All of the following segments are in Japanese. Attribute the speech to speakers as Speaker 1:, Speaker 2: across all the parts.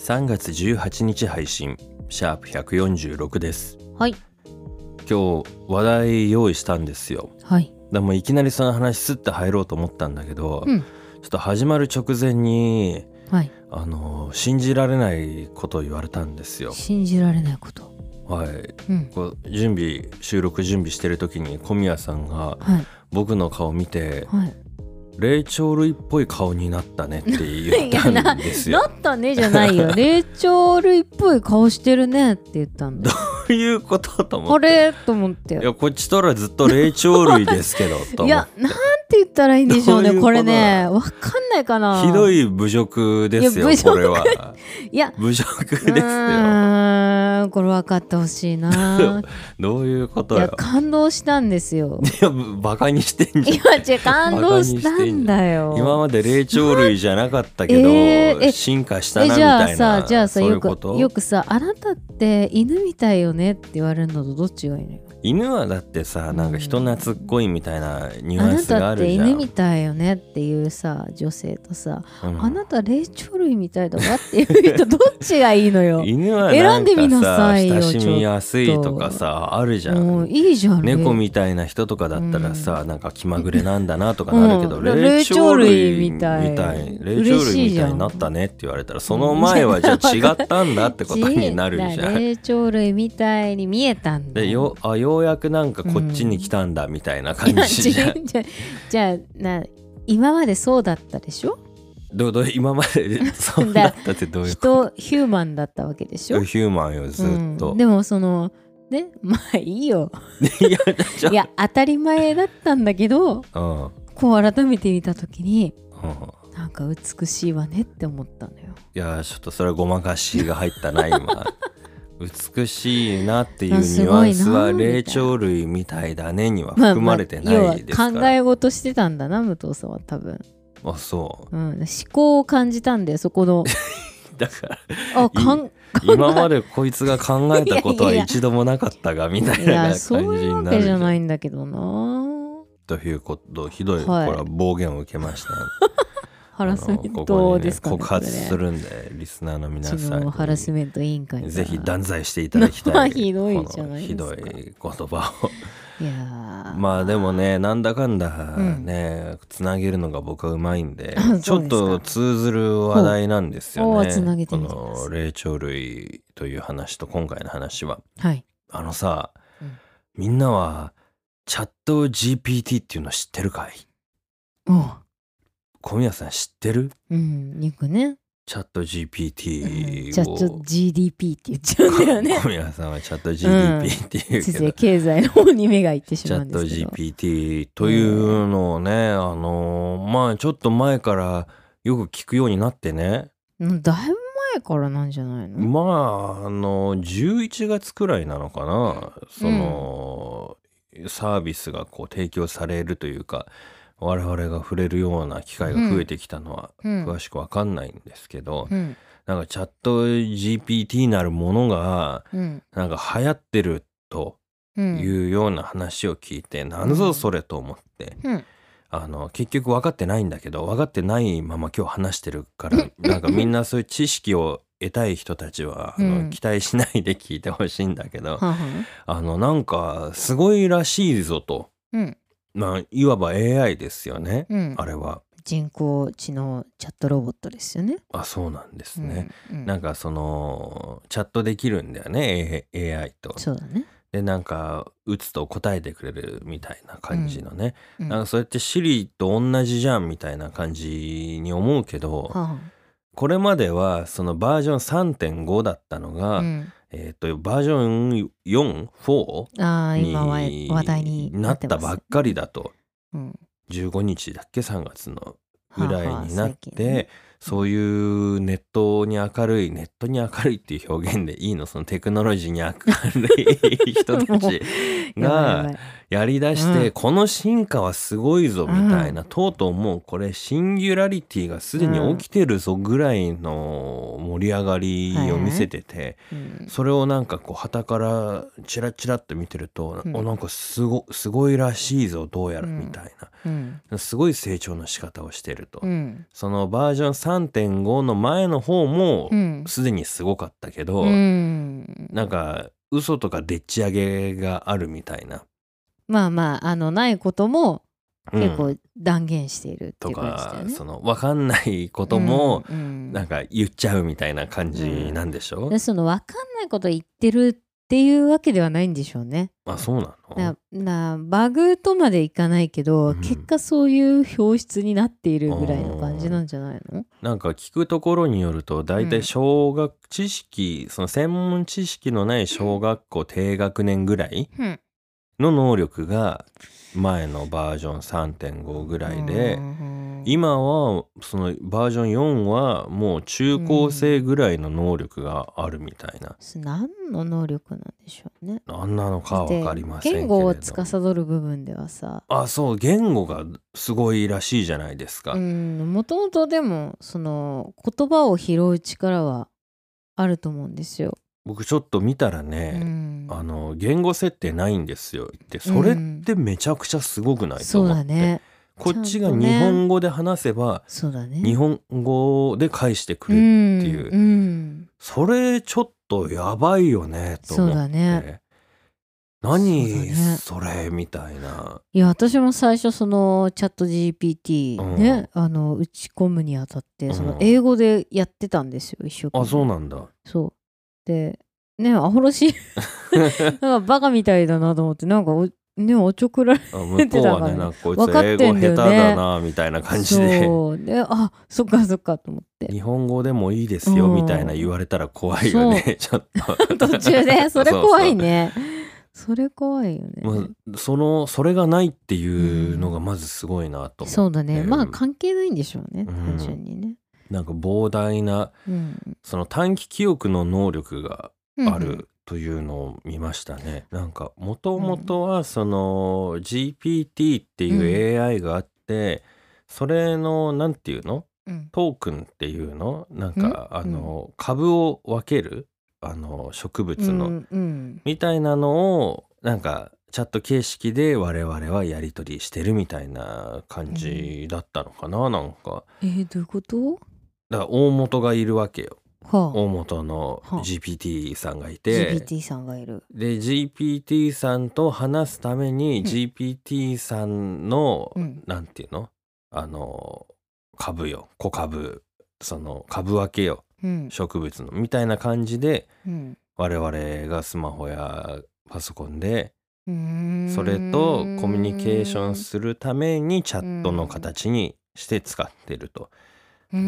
Speaker 1: 3月18日配信シャープ146です
Speaker 2: はい
Speaker 1: 今日話題用意したんですよ
Speaker 2: はい。
Speaker 1: でもいきなりその話スッて入ろうと思ったんだけど、
Speaker 2: うん
Speaker 1: ちょっと始まる直前に
Speaker 2: はい。
Speaker 1: あの信じられないことを言われたんですよ。
Speaker 2: 信じられないこと。
Speaker 1: はい、
Speaker 2: うん。
Speaker 1: こう準備収録準備してる時に小宮さんが
Speaker 2: はい。
Speaker 1: 僕の顔見て
Speaker 2: はい。
Speaker 1: 霊長類っぽい顔になったねって言った
Speaker 2: いやなん
Speaker 1: ですよ。
Speaker 2: だったねじゃない よ。霊長類っぽい顔してるねって言ったんだよ。
Speaker 1: ということと思
Speaker 2: あ
Speaker 1: って。
Speaker 2: れと思って。
Speaker 1: いやこっちとらずっと霊長類ですけどと
Speaker 2: い
Speaker 1: 思っ
Speaker 2: や
Speaker 1: て、
Speaker 2: なんて言ったらいいんでしょうね。
Speaker 1: どういうこ
Speaker 2: ことれ
Speaker 1: だ
Speaker 2: ね、わかんないかな。
Speaker 1: ひど
Speaker 2: い。
Speaker 1: い侮辱ですよ
Speaker 2: いや侮辱
Speaker 1: これは
Speaker 2: いや、
Speaker 1: 侮辱です
Speaker 2: う
Speaker 1: よ
Speaker 2: ーん、これ分かってほしい な。
Speaker 1: どういうこと
Speaker 2: いや、
Speaker 1: よ
Speaker 2: 感動したんですよ。
Speaker 1: いやバカにしてんじゃん
Speaker 2: いや、違う、感動したんだよ。
Speaker 1: 今まで霊長類じゃなかったけど、
Speaker 2: えーえ
Speaker 1: 進化したな
Speaker 2: え
Speaker 1: み
Speaker 2: じゃあ
Speaker 1: たいな
Speaker 2: さじゃあさ
Speaker 1: そうい
Speaker 2: よ
Speaker 1: うこと
Speaker 2: くよくさあなたって犬みたいよねって言われるのとどっちがいいのよ
Speaker 1: 犬はだってさなんか人懐っこいみたいなニュ
Speaker 2: あ
Speaker 1: アン
Speaker 2: な
Speaker 1: スが
Speaker 2: た
Speaker 1: あ
Speaker 2: っ
Speaker 1: る
Speaker 2: て
Speaker 1: じゃん
Speaker 2: 犬みたいよねっていうさ女性とさ、
Speaker 1: うん
Speaker 2: あなた霊長類みたいだわっていう人どっちがいいのよ
Speaker 1: 犬はな
Speaker 2: 選
Speaker 1: ん
Speaker 2: んでみ
Speaker 1: か
Speaker 2: な
Speaker 1: さ
Speaker 2: さいよ
Speaker 1: 親しみやすいとかさあるじゃ
Speaker 2: もうんいいじゃん
Speaker 1: 猫
Speaker 2: 霊
Speaker 1: みたいな人とかだったらさ、なんか気まぐれなんだなとか
Speaker 2: うん
Speaker 1: なるけど、
Speaker 2: うん
Speaker 1: 霊
Speaker 2: 霊長
Speaker 1: 長類
Speaker 2: 類
Speaker 1: み
Speaker 2: み
Speaker 1: た
Speaker 2: た
Speaker 1: い
Speaker 2: い
Speaker 1: 霊長
Speaker 2: 嬉
Speaker 1: 類
Speaker 2: しい
Speaker 1: み
Speaker 2: じ
Speaker 1: た
Speaker 2: ゃん
Speaker 1: いになったねって言われたらその前はじゃあ違ったんだってことにな るじゃん。
Speaker 2: 霊長類みたいに見えたんだ
Speaker 1: でよあようやくなんかこっちに来たんだみたいな感
Speaker 2: いや違う
Speaker 1: じじゃん、
Speaker 2: じゃあじゃあな今までそうだったでしょ
Speaker 1: どうどう今までそうだったってどういうこ
Speaker 2: 人ヒューマンだったわけでし
Speaker 1: と
Speaker 2: ょ
Speaker 1: ヒューマンよずっと、
Speaker 2: うんでもそのねまあいい よ
Speaker 1: いやちょ
Speaker 2: いや当たり前だったんだけど
Speaker 1: うんうん
Speaker 2: こう改めて見た時に
Speaker 1: い
Speaker 2: なんか美しいわねって思ったのよ
Speaker 1: やちょっとそれはごまかしが入ったな今美しいなっていう
Speaker 2: あ
Speaker 1: ニ
Speaker 2: す
Speaker 1: ュ
Speaker 2: ご
Speaker 1: ア
Speaker 2: いな
Speaker 1: ンスは
Speaker 2: みたいな
Speaker 1: 霊長類みたいだねには含まれてないですか
Speaker 2: まあ
Speaker 1: ら、
Speaker 2: まあ要は考え事してたんだな武藤さんは多分、
Speaker 1: あそう
Speaker 2: うん、思考を感じたんだよそこ の
Speaker 1: だから
Speaker 2: あかん
Speaker 1: 今までこいつが考えたことは
Speaker 2: やいや
Speaker 1: い
Speaker 2: いや
Speaker 1: 一度もなかったがみたい
Speaker 2: い
Speaker 1: な
Speaker 2: や
Speaker 1: 感じ
Speaker 2: そういう
Speaker 1: に
Speaker 2: わ
Speaker 1: なる
Speaker 2: けじ
Speaker 1: じゃ
Speaker 2: ゃ
Speaker 1: ん
Speaker 2: ないんだけどな
Speaker 1: ということひどい、
Speaker 2: はい
Speaker 1: これは暴言を受けました
Speaker 2: ハラスメ
Speaker 1: あの
Speaker 2: ン
Speaker 1: ここ
Speaker 2: ト
Speaker 1: にね
Speaker 2: ですかね
Speaker 1: 告発す
Speaker 2: こ
Speaker 1: るんでリスナーの
Speaker 2: れ
Speaker 1: 皆
Speaker 2: ね
Speaker 1: さ
Speaker 2: 知能ハラス
Speaker 1: ん
Speaker 2: メント委員会
Speaker 1: に
Speaker 2: みた
Speaker 1: ぜ
Speaker 2: いな
Speaker 1: ひ断罪していただ きたい
Speaker 2: ひどいじゃないですか
Speaker 1: このひどい言葉
Speaker 2: いやー
Speaker 1: を まあでもねなんだかんだ
Speaker 2: うん
Speaker 1: ね、つなげるのが僕はうまいんで
Speaker 2: そうですか
Speaker 1: ちょっと通ずる話題なんです
Speaker 2: ほ
Speaker 1: よ
Speaker 2: うほ
Speaker 1: ね
Speaker 2: うつなげて
Speaker 1: こ
Speaker 2: みてください
Speaker 1: の霊長類という話と今回の話は
Speaker 2: はい
Speaker 1: あのさ、
Speaker 2: うん
Speaker 1: みんなはチャット GPT っていうの知ってるかい
Speaker 2: うん
Speaker 1: 小宮さん知ってる
Speaker 2: うん、よくね。
Speaker 1: チャット
Speaker 2: うん
Speaker 1: GPT を
Speaker 2: じゃあちょっと GDP って言っちゃうん だよね。
Speaker 1: 小宮さんはチャット GPT っていうけ
Speaker 2: 先
Speaker 1: ど、
Speaker 2: 生経済の方に目がいってし
Speaker 1: チ
Speaker 2: ま
Speaker 1: ャ
Speaker 2: うん
Speaker 1: ッ
Speaker 2: で
Speaker 1: ト
Speaker 2: すけど。
Speaker 1: GPT というのをね、あのまあちょっと前からよく聞くようになってね
Speaker 2: うんだいぶ前からなんじゃないの？
Speaker 1: まああの11月くらいなのかなその、サービスがこう提供されるというか我々が触れるような機会が増えてきたのは
Speaker 2: うん
Speaker 1: 詳しくわかんないんですけど、
Speaker 2: うん
Speaker 1: なんかチャット GPT なるものが
Speaker 2: うん
Speaker 1: なんか流行ってると
Speaker 2: うん
Speaker 1: いうような話を聞いて、なんぞそれと思って、
Speaker 2: うん
Speaker 1: あの結局分かってないんだけど分かってないまま今日話してる からなんかみんなそういう知識を得たい人たちは、あ
Speaker 2: う
Speaker 1: の
Speaker 2: ん
Speaker 1: 期待しないで聞いてほしいんだけど、
Speaker 2: はんはん
Speaker 1: あのなんかすごいらしいぞと、
Speaker 2: うん
Speaker 1: まあ、いわば AI ですよね、
Speaker 2: うん
Speaker 1: あれは。
Speaker 2: 人工知能チャットロボットですよね。
Speaker 1: あそうなんですね。
Speaker 2: うんうん
Speaker 1: なんかそのチャットできるんだよね A- AI と。
Speaker 2: そうだね。
Speaker 1: でなんか打つと答えてくれるみたいな感じのね、
Speaker 2: うん
Speaker 1: なんかそれって Siri と同じじゃんみたいな感じに思うけど、
Speaker 2: はんはん
Speaker 1: これまではそのバージョン3.5だったのが、
Speaker 2: うん
Speaker 1: えっ、とバージョン44
Speaker 2: ああ今は
Speaker 1: に
Speaker 2: 話題に
Speaker 1: な
Speaker 2: な
Speaker 1: っ
Speaker 2: って
Speaker 1: た
Speaker 2: ます。
Speaker 1: ばっかりだと
Speaker 2: うん
Speaker 1: 15日だっけ3月の
Speaker 2: はん
Speaker 1: ぐ
Speaker 2: はん
Speaker 1: らいになっ
Speaker 2: 最近
Speaker 1: て
Speaker 2: ね
Speaker 1: そういうネットにに明るいネットに明るいっていう表現でいいのそのテクノロジーに明るい人 たち
Speaker 2: やばいやば
Speaker 1: が
Speaker 2: い
Speaker 1: やりだして、
Speaker 2: うん
Speaker 1: この進化はすごいぞみたいな、
Speaker 2: う
Speaker 1: とうとうもうこれシンギュラリティがすでに起きてるぞぐらいの盛り上がりを見せてて、
Speaker 2: うん
Speaker 1: それをなんかこう旗からチラチラっと見てると、
Speaker 2: うん
Speaker 1: おなんかすごすごいらしいぞどうやら
Speaker 2: うん
Speaker 1: みたいな、
Speaker 2: うん
Speaker 1: すごい成長の仕方をしてると、
Speaker 2: うん
Speaker 1: そのバージョン3.5の前の方も
Speaker 2: うん
Speaker 1: すでにすごかったけど、
Speaker 2: うん
Speaker 1: なんか嘘とかでっち上げがあるみたいな、
Speaker 2: まあまああのないことも
Speaker 1: うん
Speaker 2: 結構断言しているって
Speaker 1: と
Speaker 2: いう感じだ
Speaker 1: か
Speaker 2: よ、ね
Speaker 1: そ。の分かんないことも
Speaker 2: うんうん
Speaker 1: なんか言っちゃうみたいな感じなんでしょ、
Speaker 2: でその分かんないこと言ってるっていうわけではないんでしょうね。
Speaker 1: あそうなの
Speaker 2: ななバグとまでいかないけど、
Speaker 1: うん
Speaker 2: 結果そういう表出になっているぐらいの感じなんじゃないの
Speaker 1: なんか聞くところによると大
Speaker 2: う
Speaker 1: 体
Speaker 2: ん
Speaker 1: 小学知識、その専門知識のない小学校低学年ぐらい
Speaker 2: うん
Speaker 1: の能力が前のバージョン3.5ぐらいで、今はそのバージョン4はもう中高生ぐらいの能力があるみたいな、
Speaker 2: それ何の能力なんでしょうね。
Speaker 1: 何なのかは分かりませんけれ
Speaker 2: 言
Speaker 1: ど
Speaker 2: 語を司る部分ではさ
Speaker 1: あそう言語がすごいらしいじゃないですか、
Speaker 2: もともとでもその言葉を拾う力はあると思うんですよ。
Speaker 1: 僕ちょっと見たらね、
Speaker 2: うん
Speaker 1: あの言語設定ないんですよってそれってめちゃくちゃすごくないと
Speaker 2: そう
Speaker 1: 思っ
Speaker 2: だ
Speaker 1: て、
Speaker 2: ね。
Speaker 1: こっちが
Speaker 2: ちゃんとね
Speaker 1: 日本語で話せば
Speaker 2: そうだね。
Speaker 1: 日本語で返してくれる、っていうん
Speaker 2: うん
Speaker 1: それちょっとやばいよねと
Speaker 2: そう
Speaker 1: 思っ
Speaker 2: だ
Speaker 1: て、
Speaker 2: ね。そう
Speaker 1: 何
Speaker 2: だね
Speaker 1: それみたいない
Speaker 2: や私も最初そのチャット GPT
Speaker 1: うん
Speaker 2: ね、あの打ち込むにあたって
Speaker 1: うん
Speaker 2: その英語でやってたんですよ一生懸命。
Speaker 1: あそうなんだ
Speaker 2: そうでねアホらし いなんかバカみたいだなと思ってなんかおねおちょくられ
Speaker 1: あ 向こうは
Speaker 2: 出てたから
Speaker 1: ね
Speaker 2: ね
Speaker 1: なんかこいつ
Speaker 2: 分かっ
Speaker 1: 英
Speaker 2: て
Speaker 1: 語
Speaker 2: んだ
Speaker 1: 下
Speaker 2: よ
Speaker 1: 手
Speaker 2: ね
Speaker 1: だなみたいな感じで
Speaker 2: そうであそっかそっかと思って
Speaker 1: 日本語でもいいですよ
Speaker 2: うん
Speaker 1: みたいな言われたら怖いよね ちょっ と
Speaker 2: 途中 でそれ怖いねそれ怖いよね、
Speaker 1: まあ、そのそれがないっていうのがまずすごいなと思
Speaker 2: そううだね、
Speaker 1: うん
Speaker 2: まあ関係ないんでしょうね、
Speaker 1: ん
Speaker 2: 単純にね、
Speaker 1: なんか膨大な
Speaker 2: うん
Speaker 1: その短期記憶の能力が
Speaker 2: うんうん
Speaker 1: あるというのを見ましたね。なんかもともとはその GPT っていう AI があって、それのなんていうの
Speaker 2: うん
Speaker 1: トークンっていうのなんかあの株を分けるあの植物の、
Speaker 2: うんうん
Speaker 1: みたいなのをなんかチャット形式で我々はやり取りしてるみたいな感じだったのかな、なんか
Speaker 2: えー、どういうこと
Speaker 1: だから大元がいるわけよ
Speaker 2: はあ
Speaker 1: 大元の
Speaker 2: はあ
Speaker 1: GPT さんがいて、
Speaker 2: GPT さんがいる
Speaker 1: で GPT さんと話すために、
Speaker 2: うん
Speaker 1: GPT さんの、
Speaker 2: うん
Speaker 1: なんていうのあの株よ小株その株分けよ
Speaker 2: うん
Speaker 1: 植物のみたいな感じで
Speaker 2: うん
Speaker 1: 我々がスマホやパソコンで
Speaker 2: うーん
Speaker 1: それとコミュニケーションするためにチャットの形にして使ってると、
Speaker 2: うー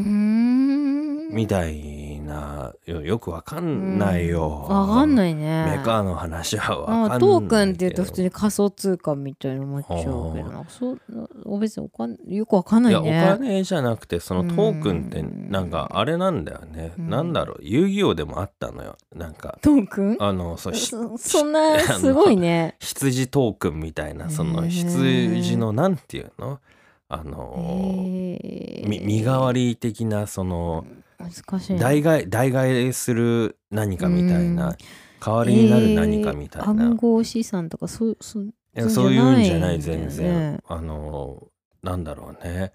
Speaker 2: ん
Speaker 1: みたいなよよくわかんないよ。
Speaker 2: わかんないね
Speaker 1: メカの話はわかんない
Speaker 2: あ
Speaker 1: けど
Speaker 2: トークンって言うと普通に仮想通貨みたいなのもっちゃうけどなそうお別におかんよくわかんないい
Speaker 1: やお
Speaker 2: ね
Speaker 1: 金じゃなくてそのトークンって
Speaker 2: うん
Speaker 1: なんかあれなんだよね、
Speaker 2: うん
Speaker 1: なんだろう遊戯王でもあったのよなんか
Speaker 2: トークン
Speaker 1: あのそうひ
Speaker 2: そそんなすごい ね
Speaker 1: 羊トークンみたいなそ
Speaker 2: へ
Speaker 1: の
Speaker 2: ー
Speaker 1: 羊のなんていうのあ
Speaker 2: え
Speaker 1: の
Speaker 2: ー
Speaker 1: み身代わり的なその
Speaker 2: 難しい
Speaker 1: 代替代替する何かみたい
Speaker 2: うん
Speaker 1: な代わりになる何かみたい
Speaker 2: えー
Speaker 1: な
Speaker 2: 暗号資産とかそうそう
Speaker 1: いやそういうんじゃない
Speaker 2: そうじゃない
Speaker 1: 全
Speaker 2: んだよね
Speaker 1: 然あのなんだろうね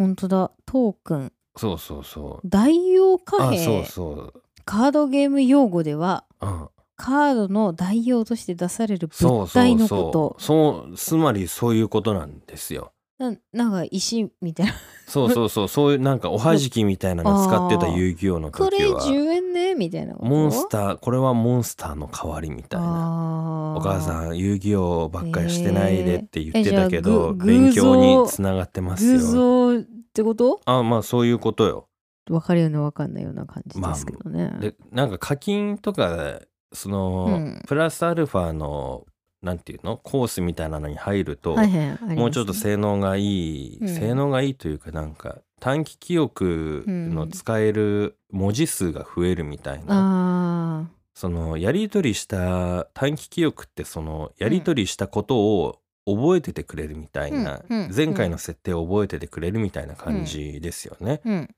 Speaker 2: 本当だトークン
Speaker 1: そうそうそう
Speaker 2: 代用貨
Speaker 1: あ
Speaker 2: 幣
Speaker 1: そうそう
Speaker 2: カードゲーム用語では
Speaker 1: うん
Speaker 2: カードの代用として出される
Speaker 1: そう
Speaker 2: 物
Speaker 1: そ
Speaker 2: 体
Speaker 1: う
Speaker 2: の
Speaker 1: そ
Speaker 2: こ
Speaker 1: うそうつまりそういうことなんですよ
Speaker 2: とななんか石みたいな
Speaker 1: そうそうそうそういうなんかおはじきみたいなの使ってた遊戯王の
Speaker 2: これ
Speaker 1: 時は
Speaker 2: 10円ねみたいなこと
Speaker 1: モンスターこれはモンスターの代わりみたいな
Speaker 2: あー
Speaker 1: お母さん遊戯王ばっかりしてないでって言ってたけど、
Speaker 2: えーえじゃあぐ
Speaker 1: 勉強
Speaker 2: 偶像
Speaker 1: につながってます
Speaker 2: 偶
Speaker 1: よ
Speaker 2: 像ってこと
Speaker 1: あまあそういうことよ
Speaker 2: 分かるような分かんないような感じですけどね、
Speaker 1: でなんか課金とかその、
Speaker 2: うん
Speaker 1: プラスアルファのなんていうのコースみたいなのに入ると、
Speaker 2: はいはいありますね
Speaker 1: もうちょっと性能がいい、
Speaker 2: うん
Speaker 1: 性能がいいというかなんか短期記憶の使える文字数が増えるみたいな、
Speaker 2: あ
Speaker 1: そのやり取りした短期記憶ってそのやり取りしたことを覚えててくれるみたいな、
Speaker 2: うんうん
Speaker 1: 前回の設定を覚えててくれるみたいな感じですよね。
Speaker 2: ーうん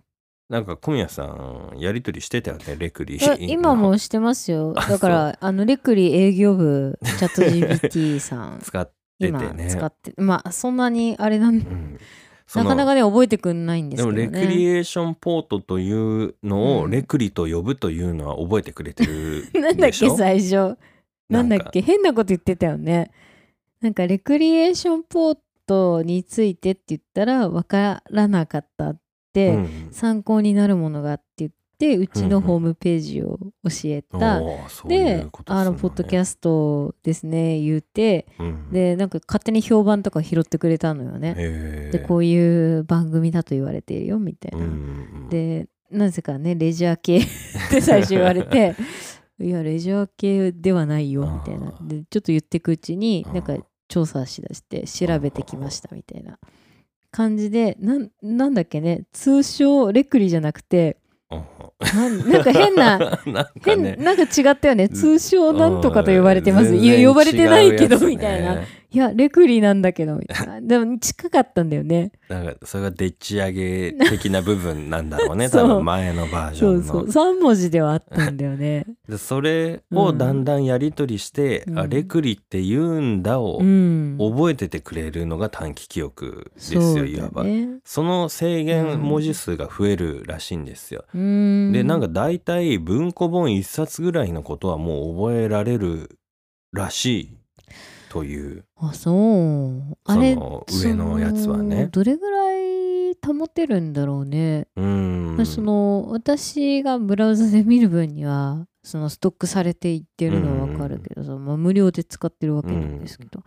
Speaker 1: なんか小宮さんやり取りしてたよねレクリ
Speaker 2: いや今もしてますよ
Speaker 1: あ
Speaker 2: だからあのレクリ営業部チャット GPT さん
Speaker 1: 使ってて
Speaker 2: 今
Speaker 1: ね。
Speaker 2: 使ってまあそんなにあれなん
Speaker 1: うんそ
Speaker 2: な
Speaker 1: の
Speaker 2: かなかね覚えてくんないんで
Speaker 1: ですも
Speaker 2: けどね
Speaker 1: レクリエーションポートというの
Speaker 2: う
Speaker 1: を
Speaker 2: ん
Speaker 1: レクリと呼ぶというのは覚えてくれてる
Speaker 2: なんだっ
Speaker 1: でし
Speaker 2: け
Speaker 1: ょ
Speaker 2: 最初なんだ
Speaker 1: か
Speaker 2: っけ変なこと言ってたよねなんかレクリエーションポートについてって言ったらわからなかったって、
Speaker 1: うん
Speaker 2: 参考になるものがあって言ってうちのホームページを教えた、
Speaker 1: おーそうい
Speaker 2: で
Speaker 1: うことす
Speaker 2: あ
Speaker 1: る
Speaker 2: の
Speaker 1: ね
Speaker 2: ポッドキャストですね言って
Speaker 1: うん
Speaker 2: でなんか勝手に評判とか拾ってくれたのよね、
Speaker 1: へー
Speaker 2: でこういう番組だと言われているよみたいな、
Speaker 1: うん
Speaker 2: でなぜかねレジャー系 って最初言われ ていやレジャー系ではないよみたいな
Speaker 1: あー
Speaker 2: でちょっと言ってくうちに
Speaker 1: うん
Speaker 2: なんか調査しだして調べてきましたみたいな感じでなんなんだっけね通称レクリじゃなくて
Speaker 1: うん
Speaker 2: なんなんか変な
Speaker 1: なんか
Speaker 2: 変
Speaker 1: ね
Speaker 2: なんか違ったよね通称なんとかと呼ばれてます
Speaker 1: うん
Speaker 2: いや
Speaker 1: 全然
Speaker 2: 呼ばれてないけど
Speaker 1: 違うやつね
Speaker 2: みたいないやレクリなんだけどみたい なでも近かったんだよね
Speaker 1: なんかそれがでっち上げ的な部分なんだろう ね
Speaker 2: そう
Speaker 1: 多分前のバージョ
Speaker 2: そ
Speaker 1: ンの
Speaker 2: うそう3文字ではあったんだよね
Speaker 1: でそれをだんだんやり取りして、
Speaker 2: うん
Speaker 1: あレクリって言うんだを
Speaker 2: うん
Speaker 1: 覚えててくれるのが短期記憶です
Speaker 2: そう
Speaker 1: よ、
Speaker 2: だ
Speaker 1: いわば。
Speaker 2: ね
Speaker 1: その制
Speaker 2: う
Speaker 1: 限
Speaker 2: ん
Speaker 1: 文字数が増えるらしいんですよ。
Speaker 2: で
Speaker 1: でなんか大体文庫本一冊ぐらいのことはもう覚えられるらしいという
Speaker 2: あそうあれ
Speaker 1: その上のやつは
Speaker 2: その
Speaker 1: ね。
Speaker 2: どれぐらい保てるんだろうね、
Speaker 1: うーん
Speaker 2: その私がブラウザで見る分にはそのストックされていってるのはわかるけどさ、まあ、無料で使ってるわけなんですけど、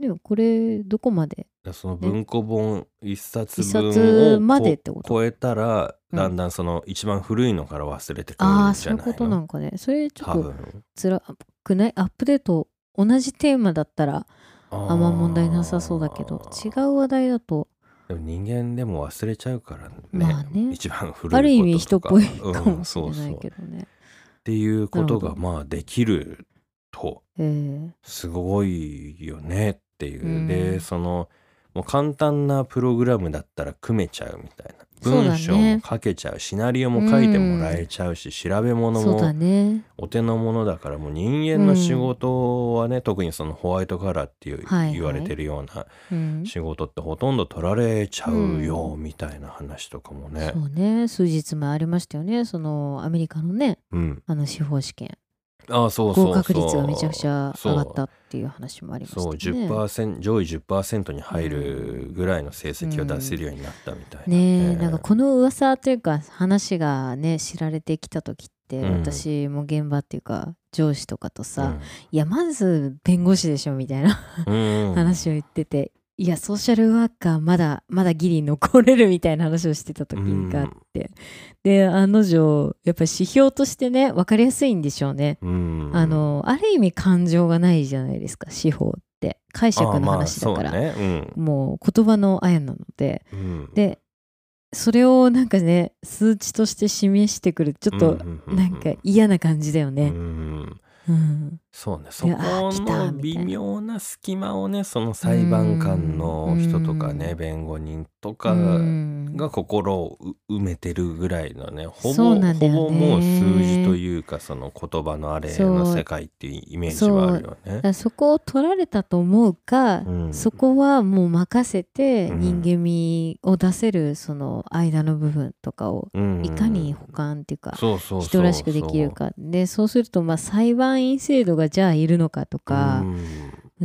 Speaker 2: でもこれどこまで
Speaker 1: その文庫本一冊
Speaker 2: 一冊
Speaker 1: 分
Speaker 2: までっ
Speaker 1: を
Speaker 2: てこと
Speaker 1: 超えたら
Speaker 2: うん
Speaker 1: だんだんその一番古いのから忘れてくる
Speaker 2: ああ
Speaker 1: ん
Speaker 2: ー
Speaker 1: じ
Speaker 2: そうい
Speaker 1: ゃ
Speaker 2: う
Speaker 1: ない
Speaker 2: ことな
Speaker 1: の
Speaker 2: んかねそれちょっと
Speaker 1: 多分
Speaker 2: 辛くないアップデート同じテーマだったら
Speaker 1: あ
Speaker 2: あんま問題なさそうだけど違う話題だと
Speaker 1: でも人間でも忘れちゃうからね,、
Speaker 2: まあね
Speaker 1: 一番古いこととか
Speaker 2: ある意味人っぽいか
Speaker 1: う
Speaker 2: も
Speaker 1: ん
Speaker 2: しれ
Speaker 1: そうそう
Speaker 2: ないけどね。
Speaker 1: っていうこと
Speaker 2: な
Speaker 1: が
Speaker 2: るほ
Speaker 1: まあできると
Speaker 2: えー
Speaker 1: すごいよねっていう、
Speaker 2: うん
Speaker 1: でそのもう簡単なプログラムだったら組めちゃうみたいな
Speaker 2: そうだ
Speaker 1: 文
Speaker 2: ね
Speaker 1: 章も書けちゃうシナリオも書いてもらえちゃうし、調べ物
Speaker 2: そうだ
Speaker 1: も
Speaker 2: ね。
Speaker 1: お手の物だからもう人間の仕事はね、特にそのホワイトカラーっていう、
Speaker 2: はいはい
Speaker 1: 言われてるような
Speaker 2: うん、
Speaker 1: 仕事ってほとんど取られちゃうよ
Speaker 2: う
Speaker 1: みたいな話とかもね
Speaker 2: そ、うね数日前ありましたよねそのアメリカのね
Speaker 1: うん、
Speaker 2: あの司法試験
Speaker 1: ああそうそうそ
Speaker 2: 合
Speaker 1: う
Speaker 2: 格率がめちゃくちゃ上がったっていう話もありましたね
Speaker 1: そう10%上位10%に入るぐらいの成績を出せるようになったみたいな、
Speaker 2: ねえなんかこの噂というか話がね知られてきた時って、
Speaker 1: うん
Speaker 2: 私も現場っていうか上司とかとさ、
Speaker 1: うん
Speaker 2: いやまず弁護士でしょみたいな
Speaker 1: うん
Speaker 2: 話を言ってて、いやソーシャルワーカーまだまだギリ残れるみたいな話をしてた時があって、で案の定やっぱり指標としてね分かりやすいんでしょうね、
Speaker 1: うん
Speaker 2: あのある意味感情がないじゃないですか司法って解釈の話だから、
Speaker 1: ああまあそうね
Speaker 2: もう言葉のあやなので
Speaker 1: うんうん
Speaker 2: でそれをなんかね数値として示してくるちょっ
Speaker 1: う
Speaker 2: と
Speaker 1: んうんうん
Speaker 2: なんか嫌な感じだよ
Speaker 1: う
Speaker 2: ね。
Speaker 1: ん
Speaker 2: うん
Speaker 1: そうねそ
Speaker 2: い
Speaker 1: こ
Speaker 2: やあ来た
Speaker 1: の
Speaker 2: み
Speaker 1: 微
Speaker 2: たいな
Speaker 1: 妙な隙間をねその裁判官の人とかね
Speaker 2: うん
Speaker 1: 弁護人と
Speaker 2: う
Speaker 1: か
Speaker 2: ん
Speaker 1: が心をう埋めてるぐらいのねほ
Speaker 2: そ
Speaker 1: ぼ
Speaker 2: うなんだよね
Speaker 1: ほぼもう数字というかその言葉のあれの世界っていうイメージはあるよね
Speaker 2: だか。らそこを取られたと思うか、
Speaker 1: うん
Speaker 2: そこはもう任せて
Speaker 1: うん
Speaker 2: 人間味を出せるその間の部分とかを
Speaker 1: うん
Speaker 2: いかに保管っていうか
Speaker 1: そうそうそう
Speaker 2: 人らしくできるかでそうするとまあ裁判員制度がじゃあいるのかとか
Speaker 1: うん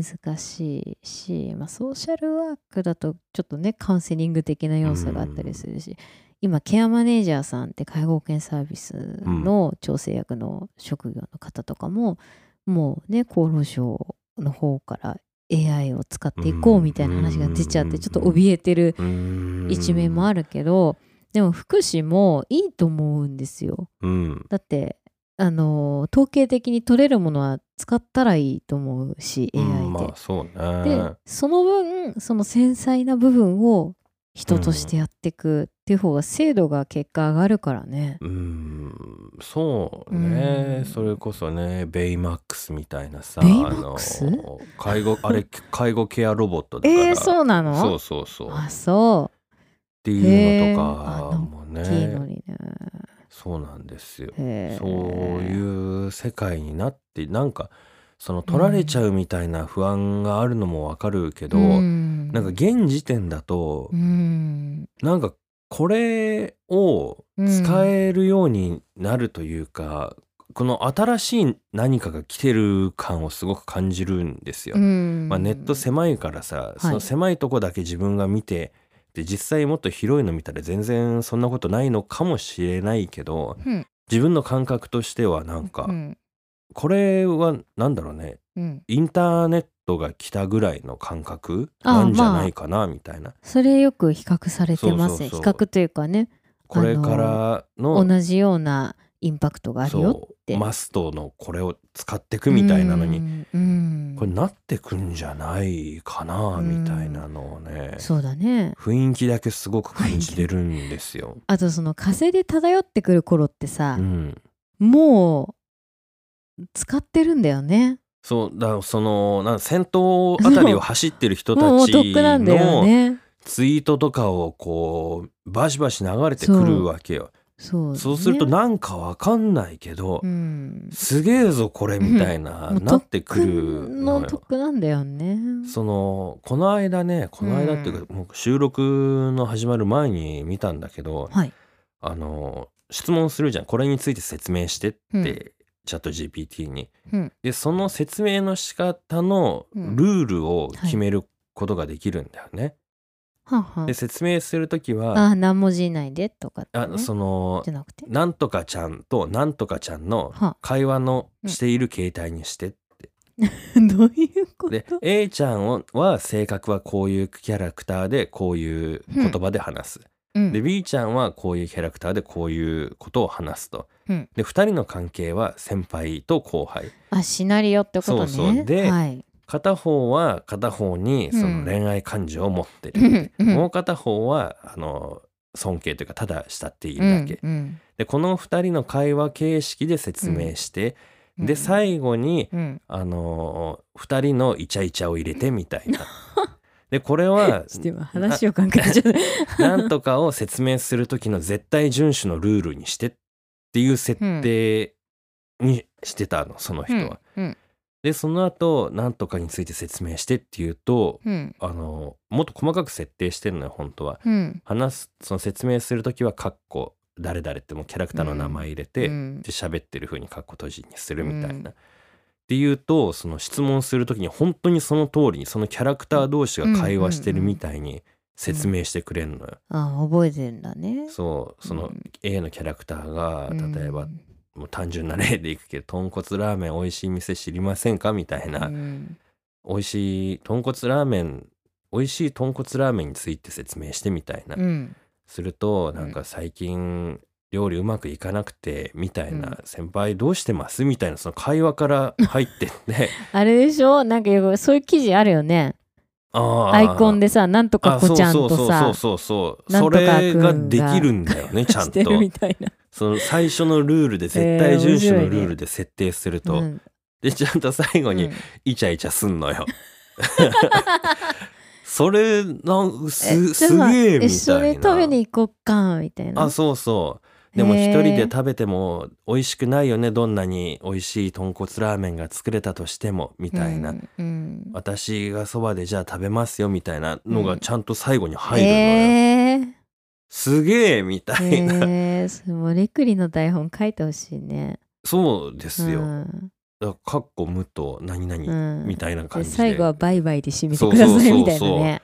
Speaker 2: 難しいしまあソーシャルワークだとちょっとねカウンセリング的な要素があったりするし今ケアマネージャーさんって介護保険サービスの調整役の職業の方とかももうね厚労省の方から AI を使っていこうみたいな話が出ちゃってちょっと怯えてる
Speaker 1: うん
Speaker 2: 一面もあるけどでも福祉もいいと思うんですよ。
Speaker 1: うん
Speaker 2: だってあの統計的に取れるものは使ったらいいと思うし AI で。
Speaker 1: うんまあそうね
Speaker 2: でその分その繊細な部分を人としてやっていくっていう方が精度が結果上がるからね。
Speaker 1: うんそうね、
Speaker 2: うん
Speaker 1: それこそねベイマックスみたいなさ
Speaker 2: ベイマックス
Speaker 1: あの介護あれ介護ケアロボットだから
Speaker 2: えー、そうなの
Speaker 1: そうそうそうっ
Speaker 2: あそ
Speaker 1: ていうの
Speaker 2: へー
Speaker 1: と
Speaker 2: あ
Speaker 1: か
Speaker 2: の
Speaker 1: も
Speaker 2: う、いいの
Speaker 1: ね
Speaker 2: にね。
Speaker 1: そうなんですよ
Speaker 2: へー
Speaker 1: そういう世界になってなんかその取られちゃうみたいな不安があるのもわかるけど、
Speaker 2: うん、
Speaker 1: なんか現時点だと、
Speaker 2: うん、
Speaker 1: なんかこれを使えるようになるというか、この新しい何かが来てる感をすごく感じるんですよ。
Speaker 2: うん
Speaker 1: まあ、ネット狭いからさ、その狭いとこだけ自分が見てで実際もっと広いの見たら全然そんなことないのかもしれないけど
Speaker 2: うん
Speaker 1: 自分の感覚としてはなんか、
Speaker 2: うん
Speaker 1: これはなんだろうね
Speaker 2: うん、
Speaker 1: インターネットが来たぐらいの感覚
Speaker 2: あ
Speaker 1: なんじゃ
Speaker 2: まあ
Speaker 1: ないかなみたいな、
Speaker 2: それよく比較されてますね
Speaker 1: そうそうそう
Speaker 2: 比較というかね、
Speaker 1: これからの
Speaker 2: 同じようなインパクトがあるよ
Speaker 1: そう
Speaker 2: て
Speaker 1: マストのこれを使ってくみたいなのに、
Speaker 2: うんうん
Speaker 1: これなってくんじゃないかなみたいなのをね、
Speaker 2: そうだね
Speaker 1: 雰囲気だけすごく感じてるんですよ。
Speaker 2: あとその風で漂ってくる頃ってさ
Speaker 1: う、ん、
Speaker 2: もう使ってるんだよね
Speaker 1: そうだからそのなん先頭あたりを走ってる人た
Speaker 2: もうお
Speaker 1: ち
Speaker 2: 得なんだよ
Speaker 1: の
Speaker 2: ね
Speaker 1: ツイートとかをこうバシバシ流れてくるわけよ。
Speaker 2: そうだね
Speaker 1: そうするとなんかわかんないけど、
Speaker 2: うん
Speaker 1: すげえぞこれみたいな、
Speaker 2: もう
Speaker 1: なってくる
Speaker 2: 特
Speaker 1: の
Speaker 2: の
Speaker 1: よ。
Speaker 2: 得なんだよね
Speaker 1: そのこの間ねこの間っていうか、もう収録の始まる前に見たんだけど
Speaker 2: はい
Speaker 1: あの質問するじゃんこれについて説明してって、
Speaker 2: うん
Speaker 1: チャット GPT に。
Speaker 2: うん
Speaker 1: でその説明の仕方のル
Speaker 2: うん
Speaker 1: ールを決めることができるんだよね。
Speaker 2: はんはん
Speaker 1: で説明するときは
Speaker 2: あ何文字以内でとかってね、
Speaker 1: あその
Speaker 2: じゃなくて
Speaker 1: なんとかちゃんとなんとかちゃんの
Speaker 2: は
Speaker 1: 会話のしている形態にしてって。
Speaker 2: どういうこ
Speaker 1: で
Speaker 2: と
Speaker 1: A ちゃんをは性格はこういうキャラクターでこういう言葉で話す。
Speaker 2: うん
Speaker 1: で B ちゃんはこういうキャラクターでこういうことを話すと。
Speaker 2: うん
Speaker 1: で2人の関係は先輩と後輩。
Speaker 2: あシナリオってことね
Speaker 1: そうそうで
Speaker 2: はい
Speaker 1: 片方は片方にその恋愛感情を持ってるって。
Speaker 2: うんうん
Speaker 1: もう片方はあの尊敬というかただ慕っているだけ。
Speaker 2: うんうん
Speaker 1: でこの2人の会話形式で説明して、
Speaker 2: うん
Speaker 1: で最後に、
Speaker 2: うん
Speaker 1: あの2人のイチャイチャを入れてみたいな。 でこれは
Speaker 2: ちょっと今話を考えちゃう
Speaker 1: なんとかを説明する時の絶対遵守のルールにしてっていう設定にしてたのその人は。
Speaker 2: うん
Speaker 1: でその後なんとかについて説明してっていうと
Speaker 2: うん
Speaker 1: あのもっと細かく設定してんのよ本当は。
Speaker 2: うん
Speaker 1: 話すその説明する時は「カッコ誰々」ってもうキャラクターの名前入れて、
Speaker 2: うん
Speaker 1: で喋ってる風にカッコ閉じにするみた
Speaker 2: う
Speaker 1: いな。
Speaker 2: ん
Speaker 1: っていうとその質問する時に本当にその通りにそのキャラクター同士が会話してるみたいに説明してくれるのよ。
Speaker 2: あ覚えてんだね
Speaker 1: そうそ
Speaker 2: う
Speaker 1: の
Speaker 2: ん
Speaker 1: A のキャラクターが
Speaker 2: うん
Speaker 1: 例えば、もう単純な例でいくけど「豚骨ラーメン美味しい店知りませんか?」みたいな、
Speaker 2: うん
Speaker 1: 美味しい豚骨ラーメン美味しい豚骨ラーメンについて説明してみたいな、
Speaker 2: うん
Speaker 1: するとなんか最近料理うまくいかなくてみたいな、
Speaker 2: うん
Speaker 1: 先輩どうしてますみたいなその会話から入ってって
Speaker 2: あれでしょなんかよくそういう記事あるよね
Speaker 1: あー
Speaker 2: アイコンでさなんとか
Speaker 1: あそ
Speaker 2: こ
Speaker 1: う
Speaker 2: ちゃん
Speaker 1: そう
Speaker 2: と
Speaker 1: そう
Speaker 2: さ
Speaker 1: そうそう
Speaker 2: な
Speaker 1: そ
Speaker 2: んとかくんが
Speaker 1: れができるんだよねちゃん
Speaker 2: して
Speaker 1: と
Speaker 2: るみたいな
Speaker 1: その最初のルールで絶対
Speaker 2: えー
Speaker 1: 遵守の
Speaker 2: 面白いね
Speaker 1: ルールで設定すると、
Speaker 2: うん
Speaker 1: でちゃんと最後
Speaker 2: う
Speaker 1: に
Speaker 2: ん
Speaker 1: イチャイチャすんのよ、それなん
Speaker 2: え
Speaker 1: す
Speaker 2: じゃあ
Speaker 1: すげえみたいな
Speaker 2: 一緒に食べに行こっかみたいな
Speaker 1: あそうそうでも
Speaker 2: へ
Speaker 1: 一
Speaker 2: ー
Speaker 1: 人で食べても美味しくないよねどんなに美味しい豚骨ラーメンが作れたとしてもみたいな、
Speaker 2: うんうん
Speaker 1: 私がそばでじゃあ食べますよみたいなのがちゃんと最後に入るのよ、
Speaker 2: えー
Speaker 1: すげえみたいな、
Speaker 2: えー、それもうレクリの台本書いてほしいね。
Speaker 1: そうですよ、
Speaker 2: うん
Speaker 1: だからかっこ無と何々
Speaker 2: うん
Speaker 1: みたいな感
Speaker 2: で
Speaker 1: じで,、
Speaker 2: 最後は
Speaker 1: っ
Speaker 2: バイバイで締めてくださいみたいなね。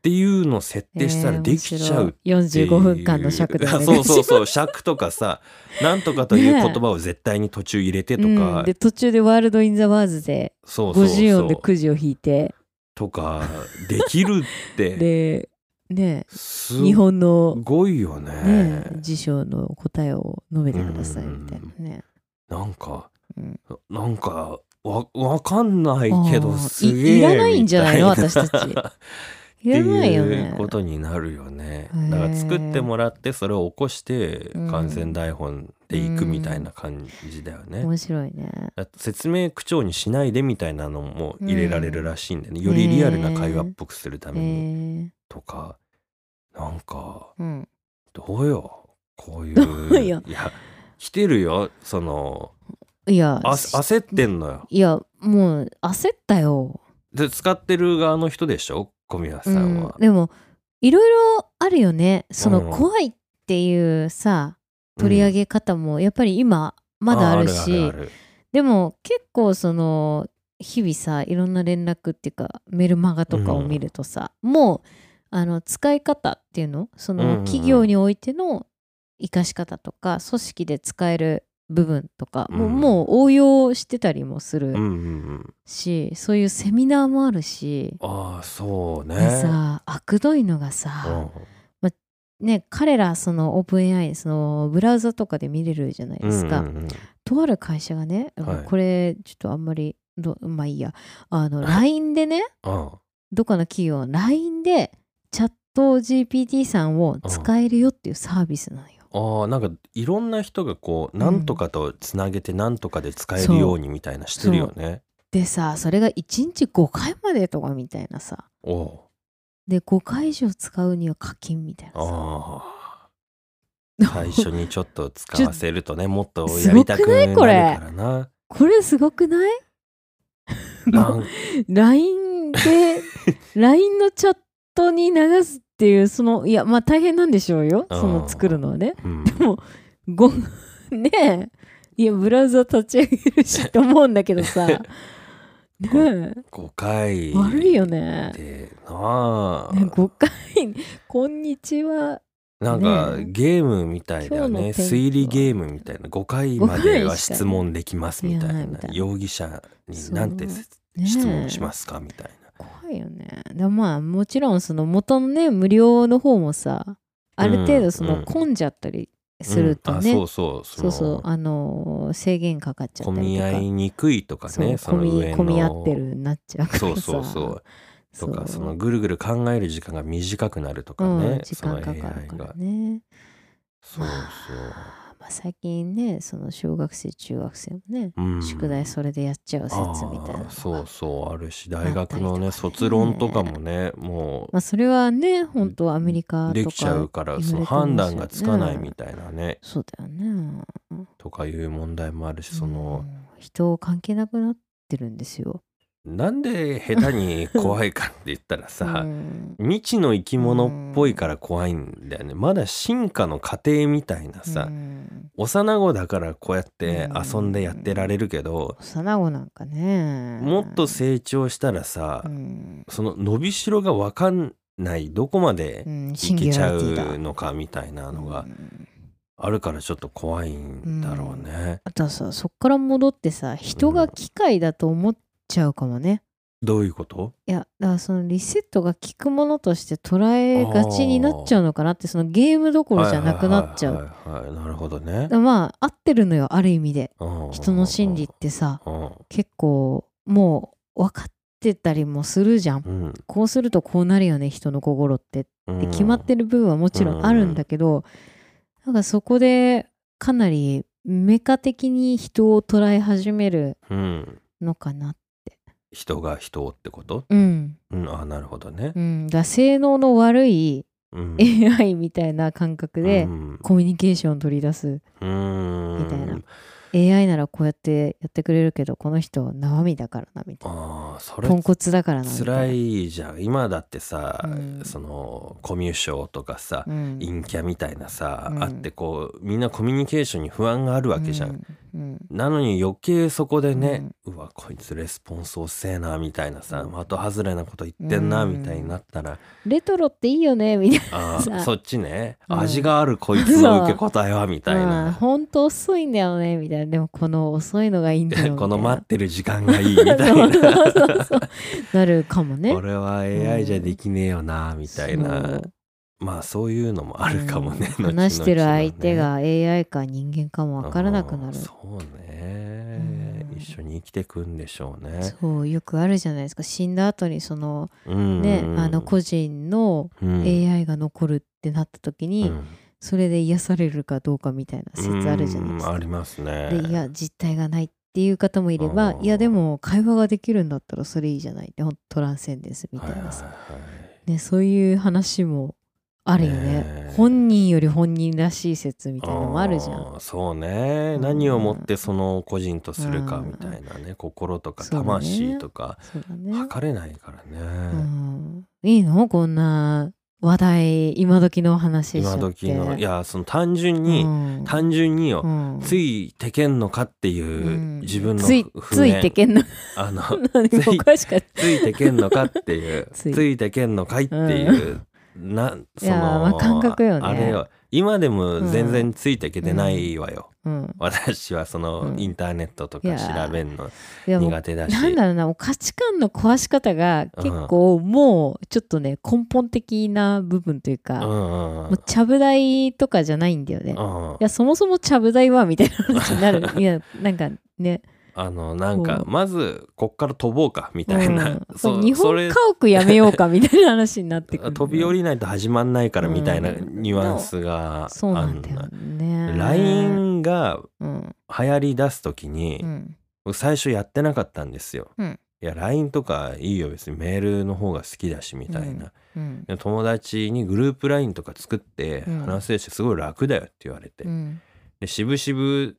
Speaker 1: ていうのを設定したらできちゃうっ
Speaker 2: 四
Speaker 1: てい
Speaker 2: 十
Speaker 1: う
Speaker 2: 五分間の尺でお願いし
Speaker 1: そ
Speaker 2: ま
Speaker 1: う
Speaker 2: す。
Speaker 1: そうそう尺とかさなんとかという言葉を絶対に途中入れてとか、
Speaker 2: うんで途中でワールドインザワーズで
Speaker 1: そうそう
Speaker 2: 五
Speaker 1: そう
Speaker 2: 十音でくじを引いて
Speaker 1: とかできるっ て
Speaker 2: でね
Speaker 1: す
Speaker 2: 日本の
Speaker 1: すごいよね
Speaker 2: ね辞書の答えを述べてくださいみたいなね。
Speaker 1: なんか、
Speaker 2: うん
Speaker 1: なんかわわかんないけ
Speaker 2: あ
Speaker 1: ど
Speaker 2: ー
Speaker 1: すげえ
Speaker 2: いいらないんじゃないの
Speaker 1: みた
Speaker 2: 私たち
Speaker 1: っ
Speaker 2: い
Speaker 1: て
Speaker 2: らないよ
Speaker 1: い
Speaker 2: ね
Speaker 1: うことになるよね
Speaker 2: へー
Speaker 1: だから作ってもらってそれを起こして
Speaker 2: うん
Speaker 1: 感染台本でいくみたいな感じだよね、
Speaker 2: 面白いね
Speaker 1: だって説明口調にしないでみたいなのも入れられるらしいんでね、よりリアルな会話っぽくするた
Speaker 2: へ
Speaker 1: めに
Speaker 2: え
Speaker 1: とか、なんか
Speaker 2: うん
Speaker 1: どうよこういう
Speaker 2: うよ
Speaker 1: いや来てるよその
Speaker 2: いや
Speaker 1: あ焦ってんのよ
Speaker 2: いやもう焦ったよ、
Speaker 1: で使ってる側の人でしょ小宮さ
Speaker 2: うんん
Speaker 1: は、、
Speaker 2: でもいろいろあるよねそうの
Speaker 1: ん
Speaker 2: 怖いっていうさ取り上げ方もやっぱり今まだあるし、
Speaker 1: ああるある
Speaker 2: でも結構その日々さいろんな連絡っていうかメルマガとかを見るとさ、もうあの使い方っていうのそ
Speaker 1: うんうんう
Speaker 2: の
Speaker 1: ん
Speaker 2: 企業においての生かし方とか組織で使える部分とか、もう
Speaker 1: うん
Speaker 2: もう応用してたりもす
Speaker 1: う
Speaker 2: る
Speaker 1: んうんうん
Speaker 2: し、そういうセミナーもあるし、
Speaker 1: ああそうね
Speaker 2: でさ悪どいのがさ、ね彼らその OpenAI そのブラウザとかで見れるじゃないですか、
Speaker 1: うんうんうん
Speaker 2: とある会社がね、
Speaker 1: はい
Speaker 2: これちょっとあんまりどまあいいやあの
Speaker 1: はい
Speaker 2: LINE でね
Speaker 1: ああ
Speaker 2: どっかの企業は LINE でチャット GPT さんを使えるよっていうサービスなのよ。
Speaker 1: ああなんかいろんな人がこ
Speaker 2: う
Speaker 1: う
Speaker 2: ん
Speaker 1: なんとかとつなげてなんとかで使えるようにみたいなしてるよね。
Speaker 2: でさそれが1日5回までとかみたいなさ
Speaker 1: おう
Speaker 2: で5回以上使うには課金みたいなさ
Speaker 1: あ あ最初にちょっと使わせるとねもっと
Speaker 2: す
Speaker 1: や
Speaker 2: ご
Speaker 1: り
Speaker 2: くな
Speaker 1: た
Speaker 2: い
Speaker 1: くなる
Speaker 2: こ
Speaker 1: か
Speaker 2: れ
Speaker 1: らな。
Speaker 2: これすごくない
Speaker 1: なん
Speaker 2: LINE で LINE のチャットに流すっていうそのいやまあ大変なんでしょうよその作るのはね。
Speaker 1: うん
Speaker 2: ごねえいやブラウザ立ち上げるしって思うんだけど さねえ
Speaker 1: 5回
Speaker 2: 悪いよね
Speaker 1: でなあ、
Speaker 2: ね5回「こんにちは
Speaker 1: なんか
Speaker 2: ねえ
Speaker 1: ゲームみたいだよ
Speaker 2: 今日
Speaker 1: ね
Speaker 2: の天気は
Speaker 1: 推理ゲームみたいな5回までは質問できますみたい
Speaker 2: い
Speaker 1: な
Speaker 2: やみたいな
Speaker 1: 容疑者になんて
Speaker 2: そ」ねえ
Speaker 1: 質問しますかみたいな。
Speaker 2: 怖いよねでまあもちろんその元のね無料の方もさある程度そ
Speaker 1: うんう
Speaker 2: の
Speaker 1: ん
Speaker 2: 混んじゃったりすると
Speaker 1: う
Speaker 2: ね、
Speaker 1: んあそうそう
Speaker 2: そうそう
Speaker 1: の
Speaker 2: あのー制限かかっちゃった
Speaker 1: 混
Speaker 2: り
Speaker 1: み
Speaker 2: と
Speaker 1: 合
Speaker 2: か
Speaker 1: いにくいとか
Speaker 2: そう
Speaker 1: ねその
Speaker 2: 混み
Speaker 1: 上の
Speaker 2: 混み合ってるになっちゃうからさ
Speaker 1: そうそうそうとかそ
Speaker 2: そう
Speaker 1: のぐるぐる考える時間が短くなるとかね、
Speaker 2: うん、時間かかる
Speaker 1: そ
Speaker 2: か
Speaker 1: の AI
Speaker 2: ら
Speaker 1: が
Speaker 2: ね
Speaker 1: そう
Speaker 2: まあ、最近ねその小学生中学生もね、
Speaker 1: そう、うん、
Speaker 2: 宿題それでやっちゃう説みたいなの
Speaker 1: あー
Speaker 2: が
Speaker 1: そうそうあるし大学の
Speaker 2: あ
Speaker 1: ね
Speaker 2: ったりとかね
Speaker 1: 卒論とかもねも
Speaker 2: まあ、それはね本当アメリ
Speaker 1: う
Speaker 2: カとか
Speaker 1: できちゃうか
Speaker 2: 言
Speaker 1: ら
Speaker 2: わ
Speaker 1: その
Speaker 2: れてますよね
Speaker 1: 判断がつかないみたいなね
Speaker 2: そうだよね
Speaker 1: とかいう問題もあるしその、
Speaker 2: うん人関係なくなってるんですよ
Speaker 1: なんで下手に怖いかって言ったらさ、
Speaker 2: うん
Speaker 1: 未知の生き物っぽいから怖いんだよねまだ進化の過程みたいなさ、
Speaker 2: うん
Speaker 1: 幼子だからこうやって
Speaker 2: う
Speaker 1: 遊
Speaker 2: ん
Speaker 1: んでやってられるけど、
Speaker 2: 幼子なんかね
Speaker 1: もっと成長したらさ、
Speaker 2: うん
Speaker 1: その伸びしろが分かんないどこまで
Speaker 2: うん
Speaker 1: いけちゃ
Speaker 2: シンギュラリティ
Speaker 1: う
Speaker 2: だ
Speaker 1: のかみたいなの
Speaker 2: う
Speaker 1: が
Speaker 2: ん
Speaker 1: あるからちょっと怖いんだろうね。
Speaker 2: あとはさそっから戻ってさ人が機械だと思っちゃうかもね、
Speaker 1: どういうこと
Speaker 2: いやだからそのリセットが効くものとして捉えがちになっちゃうのかなってそのゲームどころじゃなくなっちゃう。
Speaker 1: はいはいはいはいなるほどね
Speaker 2: だか。らまあ合ってるのよある意味で
Speaker 1: うん
Speaker 2: 人の心理ってさ
Speaker 1: うん
Speaker 2: 結構もう分かってたりもするじゃん。
Speaker 1: うん
Speaker 2: こうするとこうなるよね人の心ってっ
Speaker 1: うん
Speaker 2: て決まってる部分はもちろんあるんだけどなんかそこでかなりメカ的に人を捉え始める
Speaker 1: うん
Speaker 2: のかな。
Speaker 1: 人が人をってこと、
Speaker 2: うん、
Speaker 1: うん、あなるほどね
Speaker 2: う。ん、だから性能の悪い
Speaker 1: うん、
Speaker 2: AI みたいな感覚で、
Speaker 1: うん
Speaker 2: コミュニケーションを取り出す
Speaker 1: うーん
Speaker 2: みたいな AI ならこうやってやってくれるけどこの人生身だからなみたいな
Speaker 1: ああそれ
Speaker 2: ポンコツだからなみたいな
Speaker 1: 辛いじゃん今だってさ、
Speaker 2: うん
Speaker 1: そのコミュ障とかさ、
Speaker 2: うん
Speaker 1: 陰キャみたいなさ、
Speaker 2: うん
Speaker 1: あってこうみんなコミュニケーションに不安があるわけじゃん、
Speaker 2: うんうん
Speaker 1: なのに余計そこでね、うわこいつレスポンス遅えなみたいなさ的外れなこと言ってんな
Speaker 2: うん
Speaker 1: みたいになったら、
Speaker 2: レトロっていいよねみたい
Speaker 1: あ
Speaker 2: さ
Speaker 1: あそっちね、
Speaker 2: うん
Speaker 1: 味があるこいつの受け答えはみたい
Speaker 2: なうん
Speaker 1: な、
Speaker 2: ほんと遅いんだよねみたいなでもこの遅いのがいいんだよみたいな
Speaker 1: この待ってる時間がいいみたい
Speaker 2: そう
Speaker 1: な
Speaker 2: そうそうそうなるかもね
Speaker 1: これは AI じゃできねえよなみたいな、
Speaker 2: そう
Speaker 1: まあそういうのもあるかもね。
Speaker 2: うん
Speaker 1: 後々ね
Speaker 2: 話してる相手が AI うん AI か人間かもわからなくなる
Speaker 1: うんそうね。一緒に生きてくんでしょうね。
Speaker 2: そうよくあるじゃないですか死んだ後にその
Speaker 1: うん
Speaker 2: ね、あの個人の
Speaker 1: うん
Speaker 2: AI が残るってなった時に、
Speaker 1: うん
Speaker 2: それで癒されるかどうかみたいな説あるじゃないです
Speaker 1: うん
Speaker 2: か
Speaker 1: あり。ますね。
Speaker 2: でいや実体がないっていう方もいれば
Speaker 1: うん
Speaker 2: いやでも会話ができるんだったらそれいいじゃないってほんとトランセンデンスみた
Speaker 1: はいいはい
Speaker 2: な
Speaker 1: は
Speaker 2: さ、
Speaker 1: い
Speaker 2: ね、そういう話もあるよね
Speaker 1: ねえ
Speaker 2: 本人より本人らしい説みたいなのもあるじゃん。
Speaker 1: あーそうね、
Speaker 2: うん
Speaker 1: 何をもってその個人とするかみたいなね、心とか
Speaker 2: そうだね
Speaker 1: 魂とか、
Speaker 2: そうだね、
Speaker 1: 測れないからね、
Speaker 2: うん、いいのこんな話題今時の話しちゃっ
Speaker 1: 今
Speaker 2: て
Speaker 1: 時のいやその単純に、
Speaker 2: うん
Speaker 1: 単純によ、
Speaker 2: うん
Speaker 1: ついてけんのかっていう、
Speaker 2: うん
Speaker 1: 自分の
Speaker 2: つい
Speaker 1: 不
Speaker 2: つ
Speaker 1: 面
Speaker 2: いてけんの
Speaker 1: あの
Speaker 2: 何
Speaker 1: つい
Speaker 2: おかしかった
Speaker 1: ついてけんのかっていう
Speaker 2: つ
Speaker 1: つ
Speaker 2: い
Speaker 1: いてけんのかいっていう、なその
Speaker 2: やーまあ感覚よね
Speaker 1: あれよ今でも全然ついてけてないわよ、
Speaker 2: うん、
Speaker 1: 私はその
Speaker 2: うん
Speaker 1: インターネットと
Speaker 2: い
Speaker 1: か
Speaker 2: やー
Speaker 1: 調べんの
Speaker 2: いやもう
Speaker 1: 苦手だし、
Speaker 2: なんだろうなもう価値観の壊し方が結構もうちょっとね根本的な部分というか、も
Speaker 1: うんうんうん
Speaker 2: うちゃぶ台とかじゃないんだよね、い
Speaker 1: うん
Speaker 2: やそもそもちゃぶ台はみたいな話になる いやなんかね、
Speaker 1: あのなんか
Speaker 2: う
Speaker 1: まずこっから飛ぼうかみたいな、
Speaker 2: うん
Speaker 1: そ
Speaker 2: 日
Speaker 1: そ
Speaker 2: 本
Speaker 1: れ
Speaker 2: 家屋やめようかみたいな話になってくる
Speaker 1: 飛び降
Speaker 2: り
Speaker 1: りないと始まんないからみたいな
Speaker 2: うん
Speaker 1: ニュアンスが
Speaker 2: そうな
Speaker 1: あ
Speaker 2: ん
Speaker 1: ん
Speaker 2: だよ
Speaker 1: な
Speaker 2: ね
Speaker 1: LINE が
Speaker 2: うん
Speaker 1: 流行り出す時に、
Speaker 2: うん
Speaker 1: 僕最初やってなかったんですよ。
Speaker 2: うん
Speaker 1: いや LINE とかいいよ別にメールの方が好きだしみたいな、
Speaker 2: うん
Speaker 1: で友達にグループ LINE とか作って
Speaker 2: うん
Speaker 1: 話せるしすごい楽だよって言われて、
Speaker 2: うん
Speaker 1: で渋々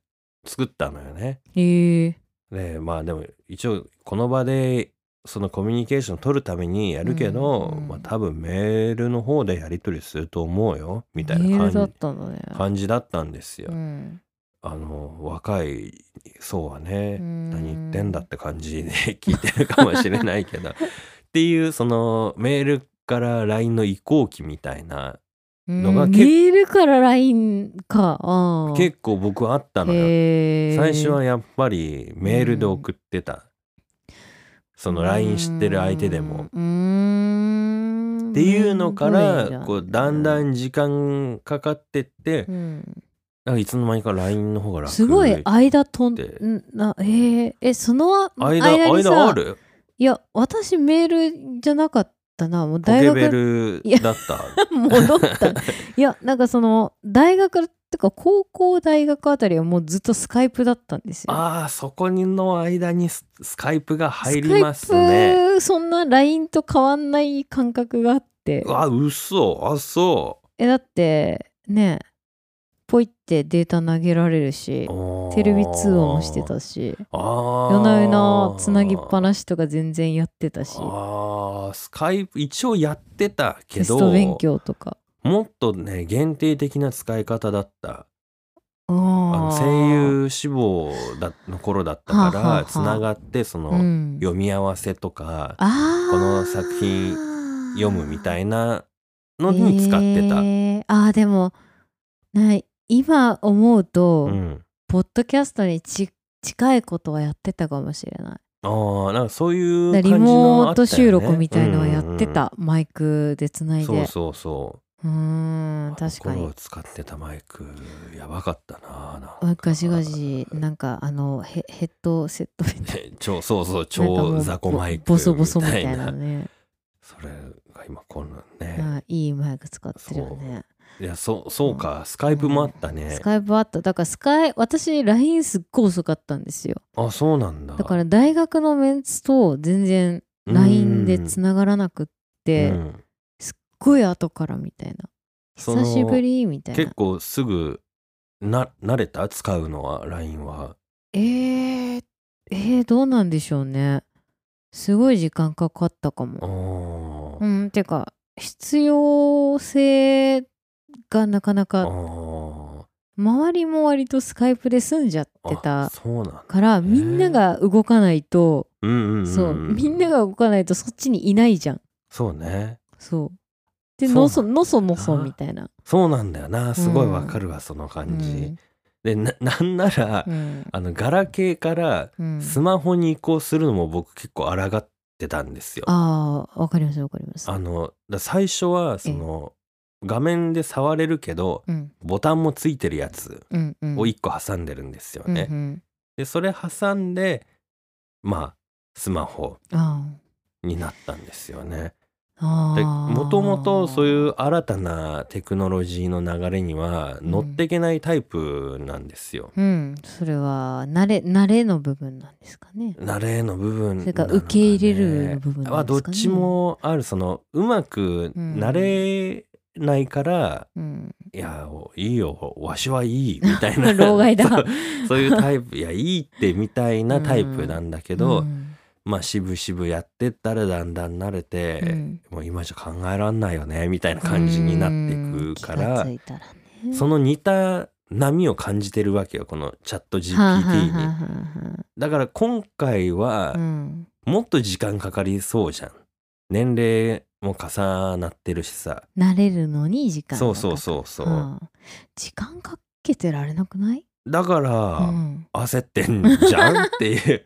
Speaker 1: 作ったのよね
Speaker 2: えー
Speaker 1: でまあでも一応この場でそのコミュニケーション取るためにやるけど、
Speaker 2: うん
Speaker 1: まあ多分メールの方でやり取りすると思うよみたい
Speaker 2: メー
Speaker 1: な
Speaker 2: ルだ
Speaker 1: 感
Speaker 2: っ
Speaker 1: じ
Speaker 2: たのね
Speaker 1: 感じだったんですよ、
Speaker 2: うん
Speaker 1: あの若い層はね、
Speaker 2: うん
Speaker 1: 何言ってんだって感じで 聞いてるかもしれないけどっていうそのメールから LINE の移行期みたい な
Speaker 2: うん
Speaker 1: のが
Speaker 2: メ
Speaker 1: 結構
Speaker 2: ールから LINE かあー
Speaker 1: 結構僕あったのよ
Speaker 2: へー
Speaker 1: 最初はやっぱりメールで送ってた、その LINE 知ってる相手でも。
Speaker 2: うーん
Speaker 1: っていうのか
Speaker 2: 面倒い
Speaker 1: ら
Speaker 2: な
Speaker 1: こうだんだん時間かかってって
Speaker 2: うん
Speaker 1: なんかいつの間にか LINE の方が楽
Speaker 2: すごい間とん
Speaker 1: って
Speaker 2: んなへーえその
Speaker 1: 間
Speaker 2: にさ
Speaker 1: 間ある
Speaker 2: いや私メールじゃなかったなもう
Speaker 1: ポ
Speaker 2: 大
Speaker 1: ケ
Speaker 2: 学
Speaker 1: ベル
Speaker 2: いや
Speaker 1: だった
Speaker 2: 戻ったいやなんかその大学ってか高校大学あたりはもうずっとスカイプだったんですよ
Speaker 1: ああそこにの間にススカイプが入ります
Speaker 2: ス
Speaker 1: ね。
Speaker 2: カイプそんな LINE と変わんない感覚があって
Speaker 1: うわ嘘あそ
Speaker 2: えだってねポイってデータ投げられるし
Speaker 1: う。おー
Speaker 2: テレビ通話もして。たし
Speaker 1: ああ。
Speaker 2: 夜な夜なつなぎっぱ
Speaker 1: し。
Speaker 2: なしとか全然やってたし
Speaker 1: ああスカイプ一応やってたけ
Speaker 2: テ
Speaker 1: ど
Speaker 2: スト勉強とか
Speaker 1: もっとね限定的な使い方だった
Speaker 2: あ
Speaker 1: あの
Speaker 2: の
Speaker 1: 声優志望だの頃だったか
Speaker 2: はあはあはあ
Speaker 1: らつながってその、
Speaker 2: うん
Speaker 1: 読み合わせとか
Speaker 2: あー
Speaker 1: この作品読むみたいなのに使ってた。
Speaker 2: えーあーでもない今思うと、
Speaker 1: うん
Speaker 2: ポッドキャストにち近いことはやってたかもしれない
Speaker 1: ああなんかそういう
Speaker 2: だ
Speaker 1: 感
Speaker 2: か
Speaker 1: じ
Speaker 2: らリ
Speaker 1: の
Speaker 2: モ
Speaker 1: あ
Speaker 2: ー
Speaker 1: った
Speaker 2: ト
Speaker 1: よね
Speaker 2: 収録みたいのはや
Speaker 1: うんうんう
Speaker 2: っ
Speaker 1: ん
Speaker 2: てた、マイクでつないで
Speaker 1: そう
Speaker 2: う
Speaker 1: そうそう
Speaker 2: ーん確か
Speaker 1: あの頃
Speaker 2: に
Speaker 1: 使ってたマイクやばかったななんか
Speaker 2: ガジガジなんかあのヘヘッドセットみたいな
Speaker 1: え超そうそ
Speaker 2: な
Speaker 1: う
Speaker 2: んかも
Speaker 1: 超
Speaker 2: う
Speaker 1: 雑魚マイク
Speaker 2: ボボソボソみたいなのね、
Speaker 1: それが今こんなんね、
Speaker 2: まあ、いいマイク使ってるよね
Speaker 1: い、やそうそうか、スカイプもあったね
Speaker 2: ス、カイプあっただからスカイ私 LINE すっごい遅かったんですよ
Speaker 1: あそうなんだ
Speaker 2: だから大学のメンツと全然 LINE でつ
Speaker 1: な
Speaker 2: ながらなくって、すっごい後からみたいな
Speaker 1: その
Speaker 2: 久しぶりみたいな
Speaker 1: 結構すぐな慣れた使うのは LINE は
Speaker 2: えー、えーどうなんでしょうねすごい時間かかったか
Speaker 1: あ
Speaker 2: も
Speaker 1: ー
Speaker 2: うんてか必要性がなかな
Speaker 1: あ
Speaker 2: か
Speaker 1: ー
Speaker 2: 周りも割とスカイプで済んじゃって
Speaker 1: あ
Speaker 2: た
Speaker 1: そうなんだ
Speaker 2: からみんなが動かないと
Speaker 1: うんうん、うん、
Speaker 2: そうみんなが動かないとそっちにいないじゃん
Speaker 1: そうね
Speaker 2: そうで
Speaker 1: そう
Speaker 2: のそのその
Speaker 1: あ
Speaker 2: そ
Speaker 1: ー
Speaker 2: みたいな
Speaker 1: そうなんだよなすごいわかるわ、その感じ、でな なんなら、
Speaker 2: うんうん
Speaker 1: あのガラケーから
Speaker 2: うん
Speaker 1: スマホに移行するのも僕結構抗ってたんですよ、
Speaker 2: ああわかりますわかります
Speaker 1: あのだ最初はその画面で触れるけど
Speaker 2: うん
Speaker 1: ボタンもついてるやつ
Speaker 2: うんうん
Speaker 1: を1個挟んでるんですよ
Speaker 2: うん
Speaker 1: ね、
Speaker 2: うん
Speaker 1: でそれ挟んでまあスマホ
Speaker 2: あ
Speaker 1: になったんですよね。
Speaker 2: あ
Speaker 1: で
Speaker 2: ああ
Speaker 1: もともとそういう新たなテクノロジーの流れには乗っていけないタイプなんですよ。
Speaker 2: うんそれは慣れ慣れの部分なんですかね
Speaker 1: 慣れの部分
Speaker 2: それから受け入れるの部分なんですかね
Speaker 1: はどっちもあるそのうまく慣れないから、
Speaker 2: うん
Speaker 1: いやいいよわしはいいみたいな
Speaker 2: 老害だ
Speaker 1: そうそういうタイプいやいいってみたいなタイプなんだけど、
Speaker 2: うん
Speaker 1: まあ渋々やってったらだんだん慣れて、
Speaker 2: うん
Speaker 1: もう今じゃ考えらんないよねみたいな感じになっていくか
Speaker 2: う
Speaker 1: ら
Speaker 2: ん気がついたらね
Speaker 1: その似た波を感じてるわけよこのチャット GPT に、
Speaker 2: はあはあはあは
Speaker 1: だから今回
Speaker 2: あう
Speaker 1: は
Speaker 2: ん
Speaker 1: もっと時間かかりそうじゃん年齢も重なってるしさ
Speaker 2: 慣れるのに時間
Speaker 1: そうそうそうそうう、
Speaker 2: 時間かけてられなくない
Speaker 1: だから、
Speaker 2: うん
Speaker 1: 焦ってんじゃんっていう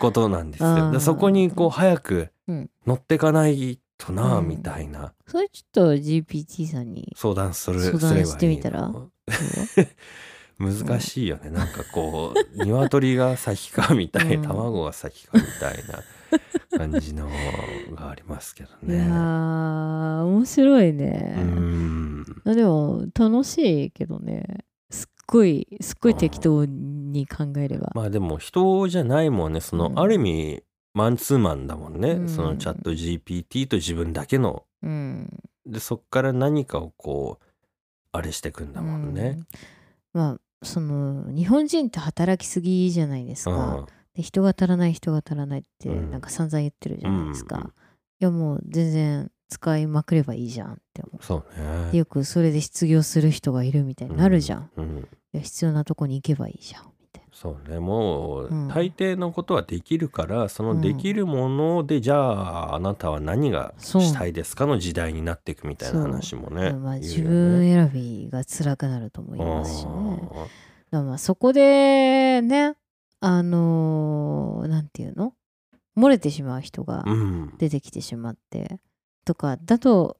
Speaker 1: ことなんですよ だからそこにこう早く
Speaker 2: うん
Speaker 1: 乗ってかないとな、
Speaker 2: うん
Speaker 1: みたいな
Speaker 2: それちょっと GPT さんに
Speaker 1: 相談する
Speaker 2: 相談
Speaker 1: すればいい
Speaker 2: してみたら
Speaker 1: の 難しいよね、なんかこう 鶏が先かみたい、
Speaker 2: うん
Speaker 1: 卵が先かみたいな感じのがありますけど
Speaker 2: いや
Speaker 1: ね。
Speaker 2: ー面白いね
Speaker 1: う、ん
Speaker 2: あでも楽しいけどねすっごいすっごい適当に考えれば、
Speaker 1: まあでも人じゃないもんねその、
Speaker 2: うん
Speaker 1: ある意味マンツーマンだもんね、
Speaker 2: うん
Speaker 1: そのチャット GPT と自分だけの
Speaker 2: うん
Speaker 1: でそっから何かをこうあれしてくんだもんね。
Speaker 2: うんまあその日本人って働きすぎじゃないです
Speaker 1: う
Speaker 2: か、
Speaker 1: ん
Speaker 2: で人が足らない人が足らないって
Speaker 1: うん
Speaker 2: なんか散々言ってるじゃないですか、
Speaker 1: うん
Speaker 2: いやもう全然使いまくればいいじゃんって思
Speaker 1: そう
Speaker 2: うで
Speaker 1: ね。
Speaker 2: よくそれで失業する人がいるみたいになるじゃん、
Speaker 1: うんうん
Speaker 2: で必要なとこに行けばいいじゃんみたい
Speaker 1: そうねもう、
Speaker 2: うん
Speaker 1: 大抵のことはできるからそのできるもので、じゃああなたは何が
Speaker 2: そう
Speaker 1: したいですかの時代になっていくみたいな話も
Speaker 2: な、
Speaker 1: ね。
Speaker 2: まあ、自
Speaker 1: 言うよ
Speaker 2: 分
Speaker 1: ね
Speaker 2: 選びが辛くなると思いますしね、
Speaker 1: あー
Speaker 2: だからまあそこでねあのーなんていうの漏れてしまう人が
Speaker 1: うん、
Speaker 2: 出てきてしまって、とかだと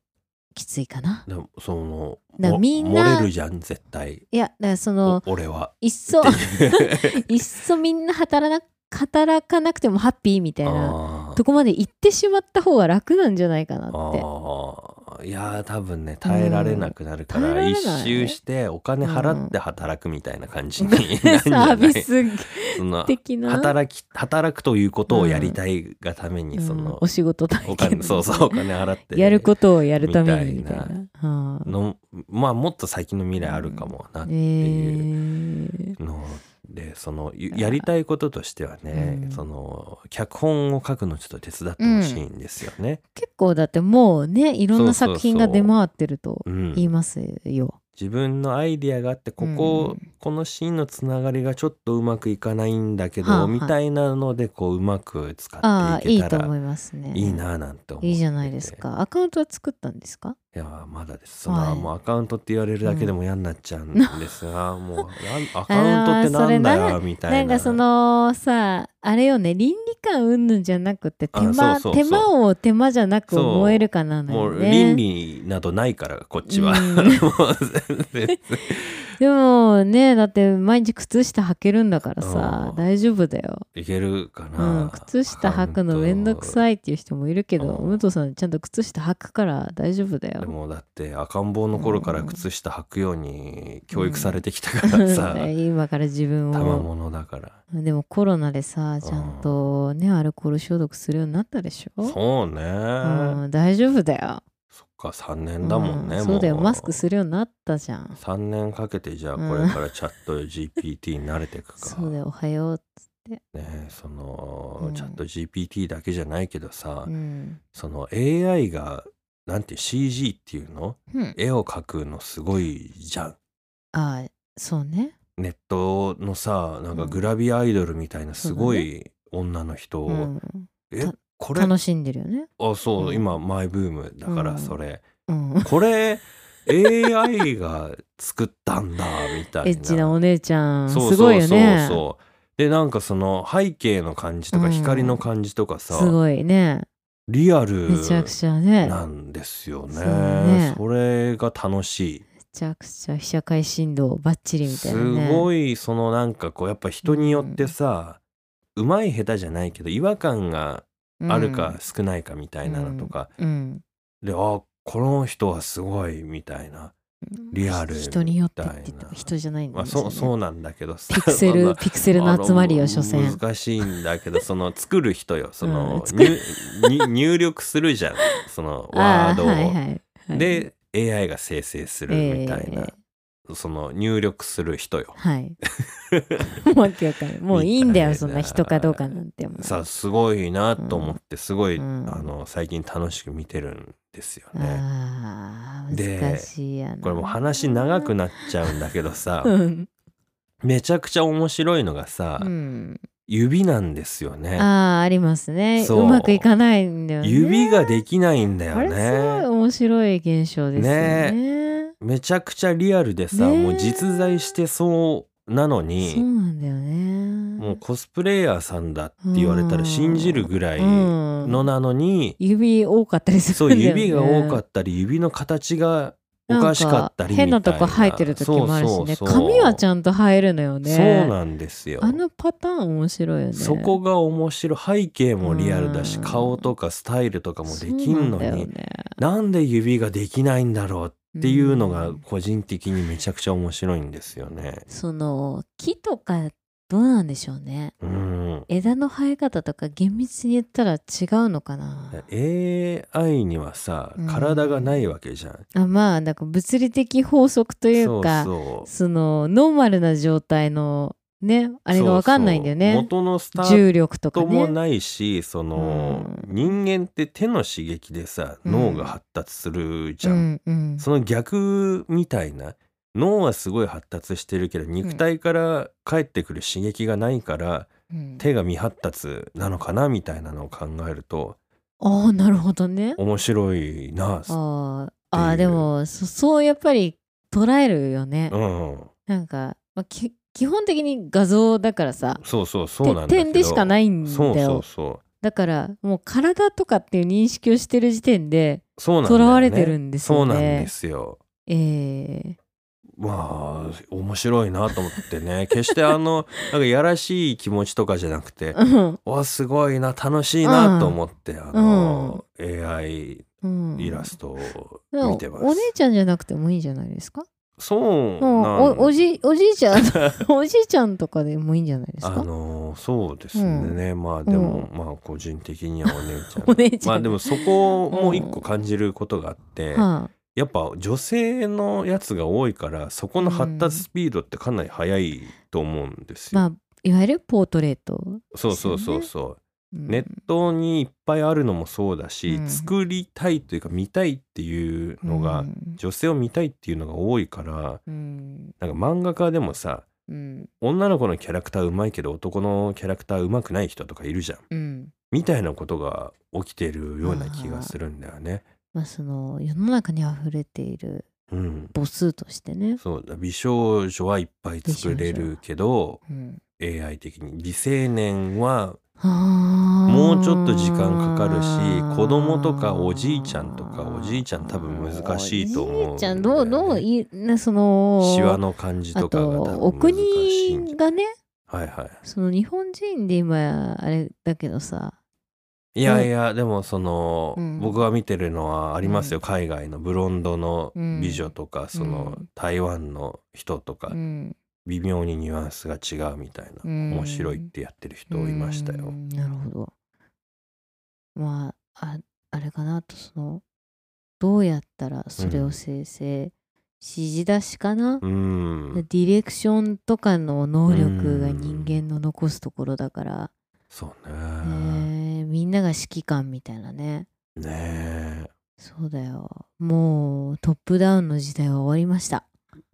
Speaker 2: きついかな。
Speaker 1: でもその
Speaker 2: だから
Speaker 1: お
Speaker 2: みんな
Speaker 1: 漏れるじゃん絶対
Speaker 2: いやだからそ
Speaker 1: お
Speaker 2: の
Speaker 1: 俺はい
Speaker 2: っ そ
Speaker 1: っていう
Speaker 2: いっそみんな働な働かなくてもハッピーみたい な
Speaker 1: あー
Speaker 2: とこまで行ってしまった方が楽なんじゃないかなって。
Speaker 1: あーいやー多分ね耐えられなくなるから、
Speaker 2: うん耐えられない
Speaker 1: 一周してお金払って働くみたいな感じになるんじ ゃ
Speaker 2: サ
Speaker 1: な
Speaker 2: ー
Speaker 1: い
Speaker 2: ビス
Speaker 1: その
Speaker 2: 的な
Speaker 1: 働き働くということをやりたいがためにそ
Speaker 2: うん
Speaker 1: の、
Speaker 2: お仕事体験
Speaker 1: お金そうそうお金払っ て
Speaker 2: やることをやるためにみたいな
Speaker 1: みたい
Speaker 2: はあ
Speaker 1: のまあもっと先の未来あるかもなっていう
Speaker 2: え
Speaker 1: のでそのゆやりたいこととしてはね、
Speaker 2: うん
Speaker 1: その脚本を書くのちょっと手伝ってほしいんですよね。
Speaker 2: 結構だってもうねいろんな
Speaker 1: そうそうそう
Speaker 2: 作品が出回ってると
Speaker 1: うん
Speaker 2: 言いますよ。
Speaker 1: 自分のアイディアがあってここ、このシーンのつながりがちょっとうまくいかないんだけど、
Speaker 2: はあはあ
Speaker 1: みたいなのでこううまく使
Speaker 2: あ
Speaker 1: っ
Speaker 2: あ
Speaker 1: て
Speaker 2: いい
Speaker 1: いけ
Speaker 2: と
Speaker 1: たら
Speaker 2: 思いますね。
Speaker 1: いいなあなんて思ってい
Speaker 2: いいじゃないですか。アカウントは作ったんですか
Speaker 1: いやまだですそん
Speaker 2: は
Speaker 1: ないもうアカウントって言われるだけでも嫌になっちゃうんですが、もうなんアカウントってなんだ
Speaker 2: あーそれな
Speaker 1: よみたいな
Speaker 2: なんかそのさあれよね倫理観云々じゃなくて手間
Speaker 1: あそうそうそう
Speaker 2: 手間を手間じゃなく思えるかなの
Speaker 1: も
Speaker 2: よ
Speaker 1: う
Speaker 2: ね。
Speaker 1: 倫理などないからこっちは、
Speaker 2: うん
Speaker 1: もう全然
Speaker 2: でもねだって毎日靴下履けるんだからさ
Speaker 1: うん
Speaker 2: 大丈夫だよ。
Speaker 1: いけるかな、
Speaker 2: うん、靴下履くのめんどく
Speaker 1: い
Speaker 2: さいっていう人もいるけど
Speaker 1: うん
Speaker 2: 武藤さんちゃんと靴下履くから大丈夫だ
Speaker 1: で
Speaker 2: よ。
Speaker 1: もだって赤ん坊の頃から靴下履くように教育されてきたから さ、
Speaker 2: 今から自分
Speaker 1: 賜
Speaker 2: を
Speaker 1: 物だから
Speaker 2: でもコロナでさちゃんとねアルコール消毒するようになったでしょ
Speaker 1: そうね、
Speaker 2: うん、大丈夫だよ、
Speaker 1: そっか3年だもんね、
Speaker 2: う
Speaker 1: も
Speaker 2: そうだよマスクするようになったじゃん
Speaker 1: 3年かけてじゃあこれからチャット GPT に慣れていく か、
Speaker 2: そうだよおはようっつって、
Speaker 1: ねその、
Speaker 2: うん
Speaker 1: チャット GPT だけじゃないけどさ、
Speaker 2: うん
Speaker 1: その AI がなんて CG っていうの
Speaker 2: うん、
Speaker 1: 絵を描くのすごいじゃん
Speaker 2: ああそうね
Speaker 1: ネットのさなんか
Speaker 2: うん
Speaker 1: グラビアアイドルみたいなすごい女の人を、
Speaker 2: うん、
Speaker 1: え
Speaker 2: た
Speaker 1: これ
Speaker 2: 楽しんでるよね、
Speaker 1: あそう、
Speaker 2: うん
Speaker 1: 今マイブームだか
Speaker 2: う
Speaker 1: ら
Speaker 2: ん
Speaker 1: それ、
Speaker 2: うん、
Speaker 1: これ AI が作ったんだみたいな
Speaker 2: エッチなお姉ちゃん
Speaker 1: そう
Speaker 2: す
Speaker 1: そ
Speaker 2: ご
Speaker 1: う
Speaker 2: い
Speaker 1: そ
Speaker 2: よ
Speaker 1: う
Speaker 2: ね
Speaker 1: そうでなんかその背景の感じと
Speaker 2: う
Speaker 1: か
Speaker 2: ん
Speaker 1: 光の感じとかさ、
Speaker 2: すごいね
Speaker 1: リアル
Speaker 2: めちゃくちゃね
Speaker 1: なんですよね
Speaker 2: そうね
Speaker 1: それが楽しい
Speaker 2: めちゃくちゃ被写界振動バッチリみたいな、
Speaker 1: す
Speaker 2: ね、
Speaker 1: ごいそのなんかこうやっぱ人によってさ、うまい下手じゃないけど違和感があるか少ないかみたいなのとか、
Speaker 2: うん、
Speaker 1: であこの人はすごいみたいな、
Speaker 2: うん
Speaker 1: リアル
Speaker 2: 人によってって言
Speaker 1: み
Speaker 2: ったて
Speaker 1: い
Speaker 2: も
Speaker 1: な
Speaker 2: 人じゃないんで
Speaker 1: まあ、
Speaker 2: すよ、ね
Speaker 1: そうそうなんだけどさ
Speaker 2: ピクセ
Speaker 1: まあ
Speaker 2: ルピクセルの集まり
Speaker 1: あ
Speaker 2: よ
Speaker 1: の
Speaker 2: 所詮
Speaker 1: 難しいんだけど その作る人よその、
Speaker 2: うん作る
Speaker 1: 入に入力するじゃんそのワ
Speaker 2: あ
Speaker 1: ードを。
Speaker 2: はいはいはい、
Speaker 1: で AI が生成するみたいな、
Speaker 2: え
Speaker 1: その入力する人よ。
Speaker 2: はい わけわかんないもういいんだよ
Speaker 1: みた
Speaker 2: そ
Speaker 1: いなん
Speaker 2: な人かどうかなんてもう
Speaker 1: さあすごいなと思ってすごい、
Speaker 2: うん
Speaker 1: あの最近楽しく見てるんですよね。
Speaker 2: あ
Speaker 1: で
Speaker 2: ー難しいやな
Speaker 1: これもう話長くなっちゃうんだけどさ、
Speaker 2: うん、
Speaker 1: めちゃくちゃ面白いのがさ、
Speaker 2: うん、
Speaker 1: 指なんですよね。
Speaker 2: ああありますね
Speaker 1: そう
Speaker 2: うまくいかないんだよね
Speaker 1: 指ができないんだ
Speaker 2: こ
Speaker 1: よ
Speaker 2: れすごい
Speaker 1: ね。
Speaker 2: 面白い現象ですよね
Speaker 1: めちゃくちゃリアルでさ、
Speaker 2: ねえ
Speaker 1: もう実在してそうなの
Speaker 2: そう
Speaker 1: に、
Speaker 2: なんだよね
Speaker 1: もうコスプレイヤーさんだって言われたら信じるぐらい
Speaker 2: うん
Speaker 1: のなのに、
Speaker 2: 指多かったりす
Speaker 1: そ
Speaker 2: る
Speaker 1: うん
Speaker 2: だよね
Speaker 1: 指が多かったり指の形がおかしかったりみたいな
Speaker 2: なんか変なとこ生えてる時もあるしね
Speaker 1: そうそうそう
Speaker 2: 髪はちゃんと生えるのよね
Speaker 1: そうなんですよ
Speaker 2: あのパターン面白いよね
Speaker 1: そこが面白い背景もリアルだし
Speaker 2: うん
Speaker 1: 顔とかスタイルとかもできんの
Speaker 2: そうなんだよ
Speaker 1: に
Speaker 2: ね
Speaker 1: なんで指ができないんだろうっていうのが個人的にめちゃくちゃ面白いんですよね。
Speaker 2: その木とかどうなんでしょうね
Speaker 1: うん
Speaker 2: 枝の生え方とか厳密に言ったら違うのかな
Speaker 1: AI にはさ
Speaker 2: うん
Speaker 1: 体がないわけじゃん。
Speaker 2: あまあなんか物理的法則というか
Speaker 1: そうそう
Speaker 2: そのノーマルな状態のねあれが分かんないんだよ
Speaker 1: そうそう
Speaker 2: ね
Speaker 1: 元のスタート
Speaker 2: 重力とか
Speaker 1: とも
Speaker 2: ね
Speaker 1: ないしその、人間って手の刺激でさ
Speaker 2: うん
Speaker 1: 脳が発達するじゃん、
Speaker 2: うんうん、
Speaker 1: その逆みたいな脳はすごい発達してるけど肉体から返ってくる刺激がないから、
Speaker 2: うん
Speaker 1: 手が未発達なのかなみたいなのを考えると
Speaker 2: ああなるほどね
Speaker 1: 面白いな
Speaker 2: あー
Speaker 1: ってい
Speaker 2: あ
Speaker 1: う
Speaker 2: ーでもそそうやっぱり捉えるよね、
Speaker 1: うん
Speaker 2: なんか、まあ、き基本的に画像だからさ
Speaker 1: そうそうそうなんだけど
Speaker 2: 点でしかないんだよ
Speaker 1: そうそうそ
Speaker 2: だからもう体とかっていう認識をしてる時点で
Speaker 1: うそうなん
Speaker 2: と
Speaker 1: だよね
Speaker 2: らわれてるんです
Speaker 1: そう
Speaker 2: よね
Speaker 1: なんですよ
Speaker 2: えー
Speaker 1: まあ面白いなと思っ てね決してあのなんかやらしい気持ちとかじゃなくて
Speaker 2: うん
Speaker 1: わすごいな楽しいなと思って、あの、AI
Speaker 2: うん
Speaker 1: イラストを
Speaker 2: でも
Speaker 1: 見てます、
Speaker 2: お姉ちゃんじゃなくてもいいんじゃないですか
Speaker 1: そう
Speaker 2: もう
Speaker 1: なん
Speaker 2: おおじおじいち ゃんおじいちゃんとかでもいいんじゃないです
Speaker 1: あ
Speaker 2: か
Speaker 1: のそうですね、まあでも、まあ個人的にはお姉ちゃん
Speaker 2: お姉ちゃん
Speaker 1: まあでもそこも一個感じることがあって、
Speaker 2: は
Speaker 1: やっぱ女性のやつが多いからそこの発達スピードってかなり速いと思うんです
Speaker 2: あ、
Speaker 1: よ、
Speaker 2: まあいわゆるポートレート、
Speaker 1: そうそうそうそう
Speaker 2: うん
Speaker 1: ネットにいっぱいあるのもそうだし、
Speaker 2: うん
Speaker 1: 作りたいというか見たいっていうのが、
Speaker 2: うん
Speaker 1: 女性を見たいっていうのが多いから
Speaker 2: うん
Speaker 1: なんか漫画家でもさ
Speaker 2: うん
Speaker 1: 女の子のキャラクターうまいけど男のキャラクターうまくない人とかいるじゃん
Speaker 2: うん
Speaker 1: みたいなことが起きてるような気がするんだよね。
Speaker 2: まあその世の中に溢れている
Speaker 1: うん、
Speaker 2: 母数としてね、
Speaker 1: そうだ美少女はいっぱい作れるけど
Speaker 2: うん、
Speaker 1: AI 的に美青年はも
Speaker 2: も
Speaker 1: うちょっと時間かかるし子供とかおじいちゃんとかおじいちゃん多分難しいと思うんだよね
Speaker 2: おじいちゃんどうどういなその
Speaker 1: シワの感じ
Speaker 2: あ
Speaker 1: とかが
Speaker 2: と
Speaker 1: 多
Speaker 2: お
Speaker 1: 分難しいんじ
Speaker 2: 国が
Speaker 1: ゃ
Speaker 2: ね
Speaker 1: はいは
Speaker 2: その日本人で今あれだけどさ
Speaker 1: いいやいやでもその、
Speaker 2: うん
Speaker 1: 僕が見てるのはあります
Speaker 2: う
Speaker 1: よ、
Speaker 2: ん
Speaker 1: 海外のブロンドの美女とか、そうの
Speaker 2: ん
Speaker 1: 台湾の人とか、
Speaker 2: うん
Speaker 1: 微妙にニュアンスが違うみたいな、
Speaker 2: うん
Speaker 1: 面白いってやってる人いました
Speaker 2: う
Speaker 1: よ。
Speaker 2: んなるほどまあああれかなあとそのどうやったらそれを生成、指示出しかな、
Speaker 1: うん、
Speaker 2: ディレクションとかの能力が
Speaker 1: う
Speaker 2: 人
Speaker 1: ん
Speaker 2: 間の残すところだから、
Speaker 1: そう
Speaker 2: え
Speaker 1: ね。
Speaker 2: ーみんなが指揮官みたいなね
Speaker 1: ねえ
Speaker 2: そうだよもうトップダウンの時代は終わりました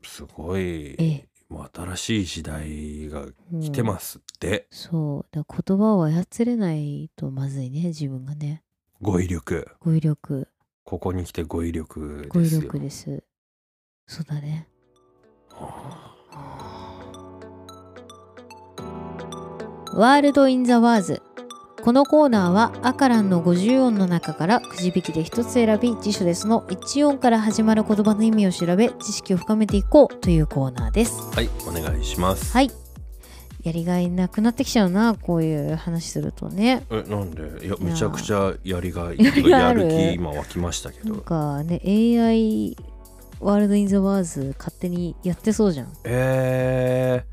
Speaker 1: すごい、
Speaker 2: ええ
Speaker 1: もう新しい時代が来て
Speaker 2: す
Speaker 1: ますって、
Speaker 2: そうだから言葉を操れないとまずいね自分がね
Speaker 1: 語彙力
Speaker 2: 語彙力
Speaker 1: ここに来て語彙力
Speaker 2: 語
Speaker 1: で
Speaker 2: 彙
Speaker 1: すよ。
Speaker 2: 力ですそうだねワールド・イン・ザ・ワーズこのコーナーはアカランの50音の中からくじ引きで一つ選び辞書ですの1音から始まる言葉の意味を調べ知識を深めていこうというコーナーです
Speaker 1: はいお願いします、
Speaker 2: はいやりがいなくなってきちゃうなこういう話するとね
Speaker 1: えなんでいや
Speaker 2: や
Speaker 1: めちゃくちゃやりが い
Speaker 2: やりがい
Speaker 1: や
Speaker 2: ある
Speaker 1: る気今湧きましたけ
Speaker 2: なん
Speaker 1: ど
Speaker 2: かね AI ワールド・イン・ザ・ワーズ勝手にやってそうじゃん
Speaker 1: え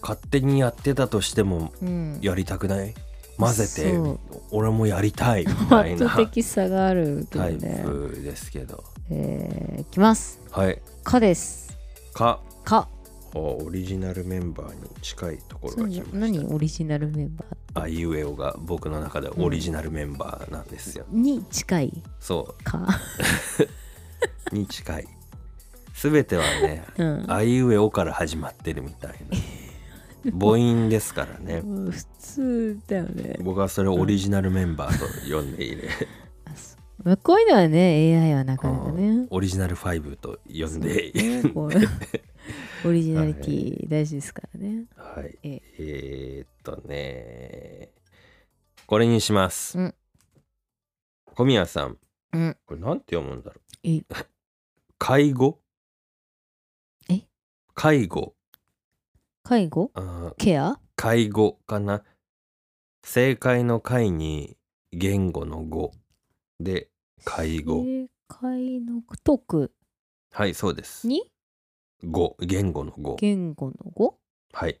Speaker 1: ー、勝手にやってたとしても
Speaker 2: うん
Speaker 1: やりたくない混ぜて
Speaker 2: そう
Speaker 1: 俺もやりたいみたい
Speaker 2: 圧
Speaker 1: な
Speaker 2: 倒的差があるけど
Speaker 1: タイ
Speaker 2: ね、
Speaker 1: プですけど
Speaker 2: えー、いきます
Speaker 1: はい
Speaker 2: 「か」です
Speaker 1: か
Speaker 2: 「か
Speaker 1: おオリジナルメンバーに近いと」ころが来
Speaker 2: 何
Speaker 1: ました
Speaker 2: 何オリジナルメンバ
Speaker 1: あいうえおが僕の中でオリジナルメンバーなんですよ、
Speaker 2: ーに近い
Speaker 1: そ
Speaker 2: か、
Speaker 1: うに近い全てはね
Speaker 2: うん、
Speaker 1: あいうえおから始まってるみたいな母音ですからね
Speaker 2: うん普通だよね
Speaker 1: 僕はそれをオリジナルメンバーと呼んでいる、
Speaker 2: あそうまあこういうのはね AI はなかなか
Speaker 1: う
Speaker 2: ね
Speaker 1: んオリジナル5と呼んでいる
Speaker 2: ねこうオリジナリティ大事ですからね、
Speaker 1: はい
Speaker 2: ええ
Speaker 1: えー、っとねこれにします、
Speaker 2: うん
Speaker 1: 小宮さん
Speaker 2: うん
Speaker 1: これなんて読むんだろ
Speaker 2: え
Speaker 1: う 介護
Speaker 2: え
Speaker 1: 介護
Speaker 2: 介護
Speaker 1: あー
Speaker 2: ケア
Speaker 1: 介護かな正解の解に言語の語で介護
Speaker 2: 正解のトーク
Speaker 1: はいそうです
Speaker 2: に
Speaker 1: 語言語の語
Speaker 2: 言語の語
Speaker 1: はい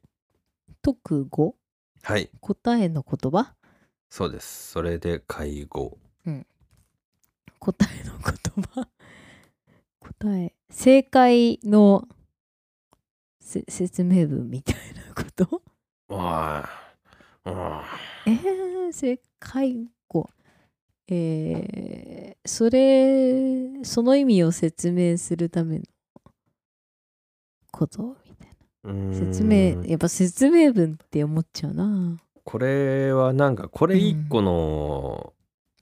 Speaker 2: 特語
Speaker 1: はい
Speaker 2: 答えの言葉
Speaker 1: そうですそれで介護
Speaker 2: 答えの言葉答え正解のせ説明文みたいなこと
Speaker 1: あああ
Speaker 2: えー、正解語えー、それその意味を説明するためのことみたい
Speaker 1: ーうーん
Speaker 2: な説明やっぱ説明文って思っちゃうな
Speaker 1: これはなんかこれ一個の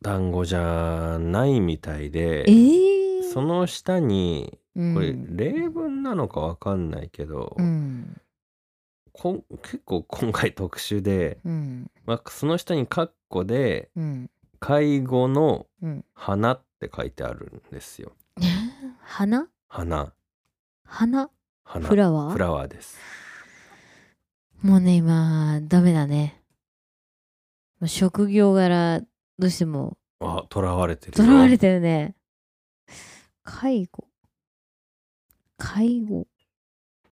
Speaker 1: 単語じゃないみたいで、
Speaker 2: えー、
Speaker 1: その下に
Speaker 2: うん
Speaker 1: これ例文なのかわかんないけど、
Speaker 2: うん
Speaker 1: こん結構今回特殊で、
Speaker 2: うん
Speaker 1: まあ、その下にカッコで
Speaker 2: うん
Speaker 1: 「介護の
Speaker 2: うん
Speaker 1: 花」って書いてあるんですよ。
Speaker 2: 花
Speaker 1: 花
Speaker 2: 花
Speaker 1: 花
Speaker 2: フラワー
Speaker 1: フラワーです。
Speaker 2: もうね、今、ダメだね。もう職業柄、どうしても、
Speaker 1: あ囚われてる
Speaker 2: と
Speaker 1: よ。
Speaker 2: らわれたよね。介護。介護。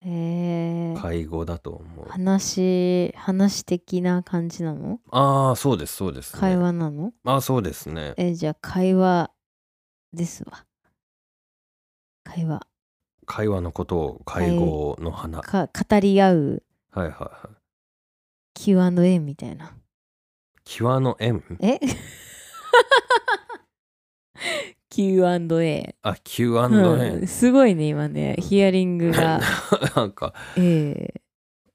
Speaker 2: えー、
Speaker 1: 介護だと思う。
Speaker 2: 話、話的な感じなの
Speaker 1: ああそうですそうです、ね。
Speaker 2: 会話なの、
Speaker 1: ああそうですね。
Speaker 2: え、じゃあ会話ですわ。会話。
Speaker 1: 会話のことを介護の花。
Speaker 2: か、語り合う
Speaker 1: はいはいはい。
Speaker 2: Q&A みたいな。
Speaker 1: 際の円
Speaker 2: え ?Q&A。
Speaker 1: あ Q&A、
Speaker 2: うん、すごいね今ねヒアリングが
Speaker 1: なんか
Speaker 2: ええ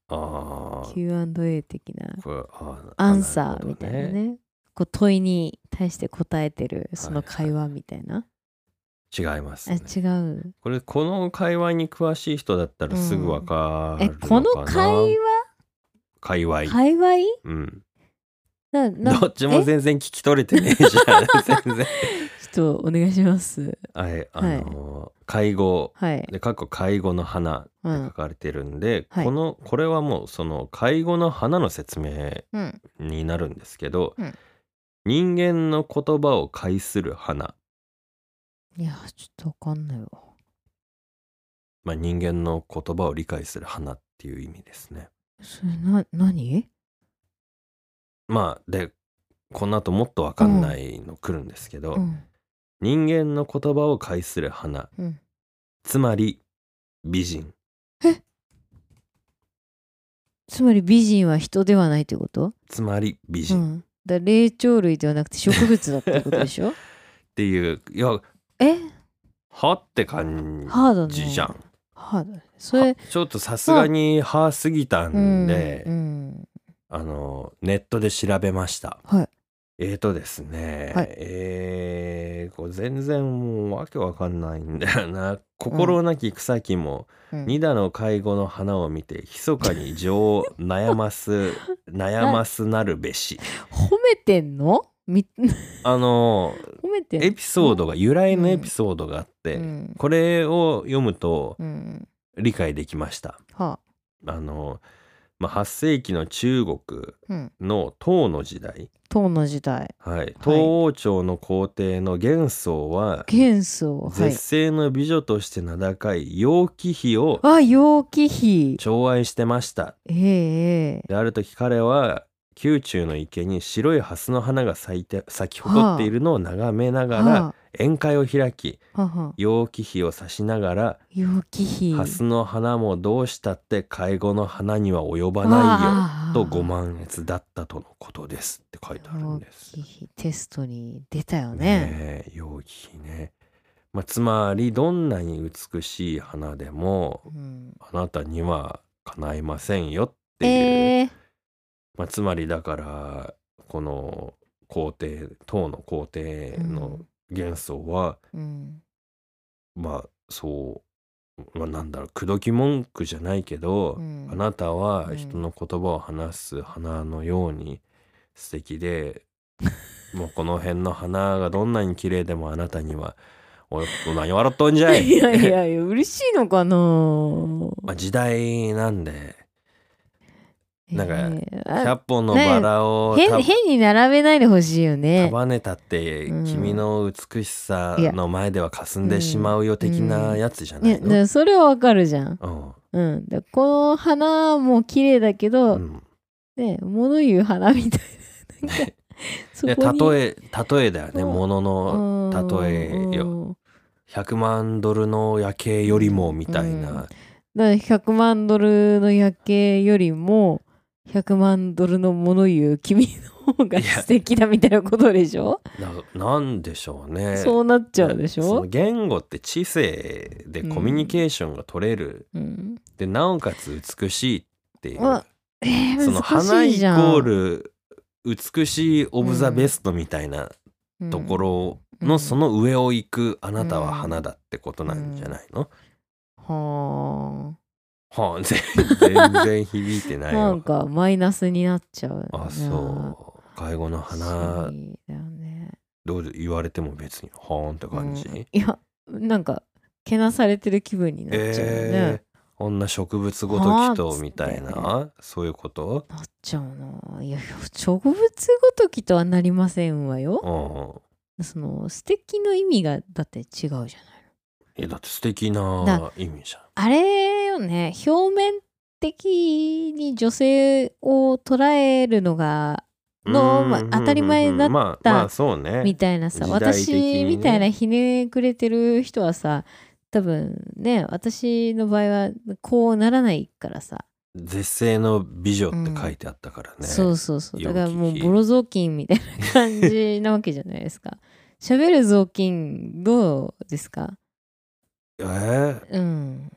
Speaker 1: ああ
Speaker 2: Q&A 的な
Speaker 1: これあ
Speaker 2: アンサーみたいな
Speaker 1: る
Speaker 2: ね
Speaker 1: ほど
Speaker 2: こう問いに対して答えてるその会話みたいな、
Speaker 1: 違います、ね、
Speaker 2: あ違う
Speaker 1: これこの会話に詳しい人だったらすぐわか
Speaker 2: え
Speaker 1: るのかな、
Speaker 2: この会話
Speaker 1: 会話
Speaker 2: 界隈
Speaker 1: うん
Speaker 2: なな
Speaker 1: どっちも
Speaker 2: え
Speaker 1: 全然聞き取れてねえじ ゃん全然
Speaker 2: ちょっとお願いします
Speaker 1: はいあのー介護
Speaker 2: はい
Speaker 1: でかっこ介護の花
Speaker 2: う
Speaker 1: って書
Speaker 2: ん
Speaker 1: かれてるんで、
Speaker 2: はい
Speaker 1: このこれはもうその介護の花の説明
Speaker 2: うん
Speaker 1: になるんですけど、
Speaker 2: うん
Speaker 1: 人間の言葉を介する花、
Speaker 2: いやちょっとわかんないわ
Speaker 1: まあ、人間の言葉を理解する花っていう意味ですね。
Speaker 2: それな何
Speaker 1: まあでこの後もっとわかんないの来るんですけど、
Speaker 2: うん
Speaker 1: 人間の言葉を介する花
Speaker 2: うん
Speaker 1: つまり美人
Speaker 2: つまり美人は人ではないということ
Speaker 1: つまり美
Speaker 2: う
Speaker 1: 人っ
Speaker 2: んだから霊長類ではなくて植物だってことで しょ
Speaker 1: ていう、いや
Speaker 2: え
Speaker 1: はって感
Speaker 2: ハードね
Speaker 1: じじゃん。
Speaker 2: ハードそれ
Speaker 1: はちょっとさすがにはすぎたんで、
Speaker 2: うんうん
Speaker 1: あのネットで調べました。
Speaker 2: はい
Speaker 1: えーとですね、
Speaker 2: はい
Speaker 1: えーこう全然もうわけわかんないんだよな心なき草木も、
Speaker 2: うん
Speaker 1: ニダの介護の花を見て密かに情を悩ます 悩ますなるべし
Speaker 2: 褒めてんの み
Speaker 1: あの
Speaker 2: 褒めてんの
Speaker 1: エピソードが由来のエピソードがあって、
Speaker 2: うん
Speaker 1: これを読むと
Speaker 2: うん
Speaker 1: 理解できました。
Speaker 2: はあ
Speaker 1: あの、まあ、8世紀の中国
Speaker 2: うん
Speaker 1: の唐の時代、
Speaker 2: 唐の時代
Speaker 1: はい、唐王朝の皇帝の元宗は
Speaker 2: 元素はい
Speaker 1: 絶世の美女として名高い楊貴妃を
Speaker 2: あ楊貴妃
Speaker 1: 寵愛してました。
Speaker 2: ええええ
Speaker 1: である時彼は宮中の池に白いハスの花が咲いて咲き誇っているのを眺めながら
Speaker 2: は
Speaker 1: 宴会を開き
Speaker 2: あはあはあ
Speaker 1: 楊貴妃を指しながら
Speaker 2: 楊貴妃
Speaker 1: ハスの花もどうしたって介護の花には及ばないよ
Speaker 2: ああ
Speaker 1: とご満悦だったとのことですって書いてあるんです
Speaker 2: 楊貴。妃テストに出たよね
Speaker 1: ねえ容器ね、まあ、つまりどんなに美しい花でも
Speaker 2: うん
Speaker 1: あなたにはかないませんよっていう、
Speaker 2: ええ
Speaker 1: まあ、つまりだからこの皇帝唐の皇帝の元素は、
Speaker 2: うん
Speaker 1: まあそう、まあ、なんだろう口説き文句じゃないけど、
Speaker 2: うん
Speaker 1: あなたは人の言葉を話す花のように素敵で、 もうこの辺の花がどんなに綺麗でもあなたにはお何笑っとんじゃい
Speaker 2: いやいや いや嬉しいのかな
Speaker 1: まあ時代なんでなんか
Speaker 2: ええあ
Speaker 1: 100本のバラを
Speaker 2: 変
Speaker 1: た
Speaker 2: 変に並べないでほしいよね。
Speaker 1: 束ねたって
Speaker 2: うん
Speaker 1: 君の美しさの前では霞んでしまうよ的なやつじゃな
Speaker 2: ね、
Speaker 1: い
Speaker 2: だか
Speaker 1: の、
Speaker 2: らそれはわかるじゃん。
Speaker 1: うん
Speaker 2: うん、だからこの花も綺麗だけど、
Speaker 1: うん
Speaker 2: ね物言う花みたい ななんかそ
Speaker 1: で
Speaker 2: こに
Speaker 1: 例え例えだよね
Speaker 2: うん
Speaker 1: ものの
Speaker 2: うん
Speaker 1: 例えよ
Speaker 2: うん
Speaker 1: 100万ドルの夜景よりもみたい
Speaker 2: うん
Speaker 1: な、
Speaker 2: だから100万ドルの夜景よりも100万ドルの物言う君の方が
Speaker 1: いや
Speaker 2: 素敵だみたいなことでしょ、
Speaker 1: ななんでしょうね。
Speaker 2: そうなっちゃうでし
Speaker 1: そ
Speaker 2: ょ
Speaker 1: の、言語って知性でコミュニケーションが取れる、
Speaker 2: うん、
Speaker 1: でなおかつ美しいっていう、
Speaker 2: あえー、
Speaker 1: その
Speaker 2: 難
Speaker 1: 花
Speaker 2: し
Speaker 1: イ
Speaker 2: い
Speaker 1: コ
Speaker 2: じゃん
Speaker 1: ール美しいオブザベストみたいなところ
Speaker 2: うんう
Speaker 1: の
Speaker 2: ん
Speaker 1: その上を行くあなたは花だってことなんじゃないの、
Speaker 2: うんは
Speaker 1: はあ、全全然響いて
Speaker 2: あ
Speaker 1: ない
Speaker 2: なん
Speaker 1: よ。
Speaker 2: かマイナスになっちゃうな
Speaker 1: あそう介護の
Speaker 2: 不思
Speaker 1: 花
Speaker 2: 議だよね
Speaker 1: どう言われても別にほーんって感じ、
Speaker 2: うんいやなんかけなされてる気分になっちゃうよね、
Speaker 1: えー、こんな植物ごときとみたいなそういうこと
Speaker 2: なっちゃうないやいや植物ごときとはなりませんわよ
Speaker 1: う
Speaker 2: その素敵の意味がだって違うじゃない
Speaker 1: んえだって素敵な
Speaker 2: だ
Speaker 1: 意味じゃん
Speaker 2: あれよね表面的に女性を捉えるのがの
Speaker 1: うん
Speaker 2: まあ当たり前だった
Speaker 1: まあ、まあそう
Speaker 2: み
Speaker 1: ね
Speaker 2: たいなさ、
Speaker 1: 時代的にね
Speaker 2: 私みたいなひねくれてる人はさ多分ね私の場合はこうならないからさ、
Speaker 1: 絶世の美女って書いてあったからね、
Speaker 2: そうそうそう
Speaker 1: 陽
Speaker 2: だ
Speaker 1: 気
Speaker 2: からもうボロ雑巾みたいな感じなわけじゃないです か喋る雑巾どうですか
Speaker 1: えー、
Speaker 2: うん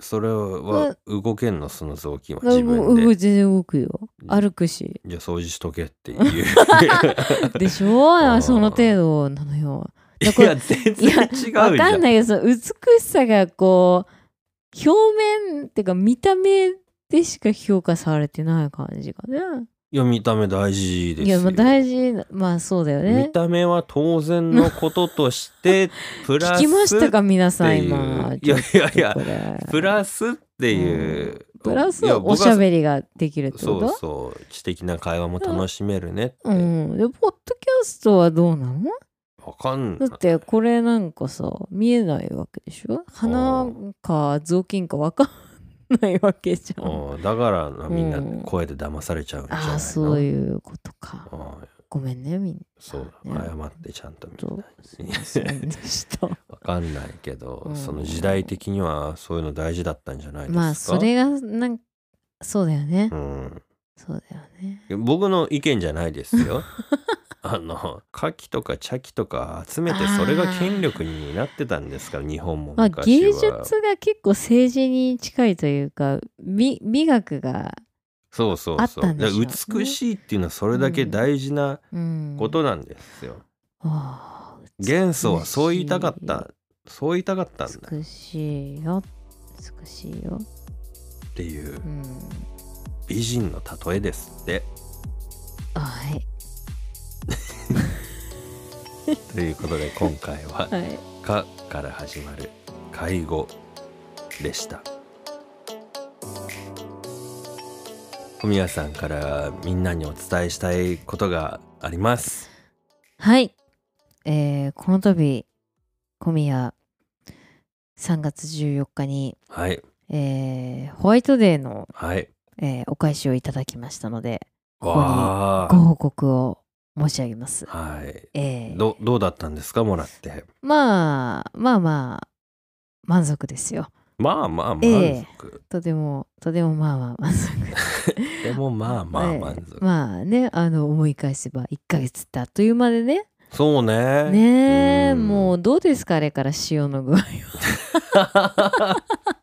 Speaker 1: それは動けんのその雑巾は
Speaker 2: あ
Speaker 1: 自
Speaker 2: もうう
Speaker 1: 分
Speaker 2: ん
Speaker 1: で
Speaker 2: 全然動くよ
Speaker 1: うん
Speaker 2: 歩くし
Speaker 1: じゃあ掃除しと けっていう
Speaker 2: でしょ
Speaker 1: あー
Speaker 2: その程度なのよ
Speaker 1: い
Speaker 2: だから
Speaker 1: や全
Speaker 2: いや
Speaker 1: 然違うじゃ
Speaker 2: わ
Speaker 1: ん
Speaker 2: かんないけどその美しさがこう表面っていうか見た目でしか評価されてない感じがね。
Speaker 1: いや見た目大事ですよ
Speaker 2: いやまあ大事なまあそうだよね
Speaker 1: 見。た目は当然のこととしてプラ
Speaker 2: 聞
Speaker 1: ス
Speaker 2: きましたか皆さん
Speaker 1: っていう
Speaker 2: 今。
Speaker 1: いやいやいや
Speaker 2: ちょっとこれ
Speaker 1: プラスっていう、
Speaker 2: プラス
Speaker 1: いや僕は
Speaker 2: おしゃべりができるってこ
Speaker 1: そう
Speaker 2: と
Speaker 1: そう知的な会話も楽しめるねって、
Speaker 2: う
Speaker 1: わ
Speaker 2: ん、でポッドキャストはどうなの
Speaker 1: かんない
Speaker 2: だってこれなんかさ見えないわけでしょ花か雑巾かわかんないわけじゃん。
Speaker 1: うんだからなみんな
Speaker 2: うん
Speaker 1: 声で騙されちゃうんじゃないの
Speaker 2: ああそういうことか。
Speaker 1: うん
Speaker 2: ごめんねみんな。
Speaker 1: そう
Speaker 2: いや
Speaker 1: 謝ってちゃんとみ
Speaker 2: ちょ
Speaker 1: ん
Speaker 2: っ
Speaker 1: な
Speaker 2: とすいませんでした。
Speaker 1: わかんないけど、
Speaker 2: うん
Speaker 1: その時代的にはそういうの大事だったんじゃないですか
Speaker 2: まあそれがなんかそうだよね、
Speaker 1: うん
Speaker 2: そうだよね。
Speaker 1: 僕の意見じゃないですよ あのカキとか茶器とか集めてそれが権力になってたんですから日本も
Speaker 2: まあ
Speaker 1: 昔
Speaker 2: 芸
Speaker 1: は、
Speaker 2: 術が結構政治に近いというか美美学が
Speaker 1: そうそ
Speaker 2: あ
Speaker 1: う
Speaker 2: っ
Speaker 1: そう
Speaker 2: たんでしょうね
Speaker 1: だから美しいっていうのはそれだけ大事な
Speaker 2: うん
Speaker 1: ことなんですよ、
Speaker 2: ああ
Speaker 1: 元素はそう言いたかったそう言いたかったんだっ
Speaker 2: 美しいよ美しいよ、
Speaker 1: ていう
Speaker 2: うん、
Speaker 1: 美人の例えですって
Speaker 2: はい
Speaker 1: ということで今回は
Speaker 2: はい
Speaker 1: 「か」から始まる「介護」でした小宮さんからみんなにお伝えしたいことがあります
Speaker 2: はい、えー、この度小宮3月14日に、
Speaker 1: はい
Speaker 2: えーホワイトデーの、
Speaker 1: はい
Speaker 2: えーお返しをいただきましたので
Speaker 1: わ
Speaker 2: ご
Speaker 1: あ
Speaker 2: 報告を申し上げます、
Speaker 1: はい
Speaker 2: えー
Speaker 1: どどうだったんですかもらって
Speaker 2: まあまあまあ満足ですよ
Speaker 1: まあまあ満
Speaker 2: え
Speaker 1: 足、
Speaker 2: とてもとてもまあまあ満足
Speaker 1: でもまあまあ
Speaker 2: ええ
Speaker 1: 満足、
Speaker 2: まあねあの思い返せば1ヶ月ってあっという間でね
Speaker 1: そうね
Speaker 2: ねえ
Speaker 1: ん
Speaker 2: もうどうですかあれから塩の具合は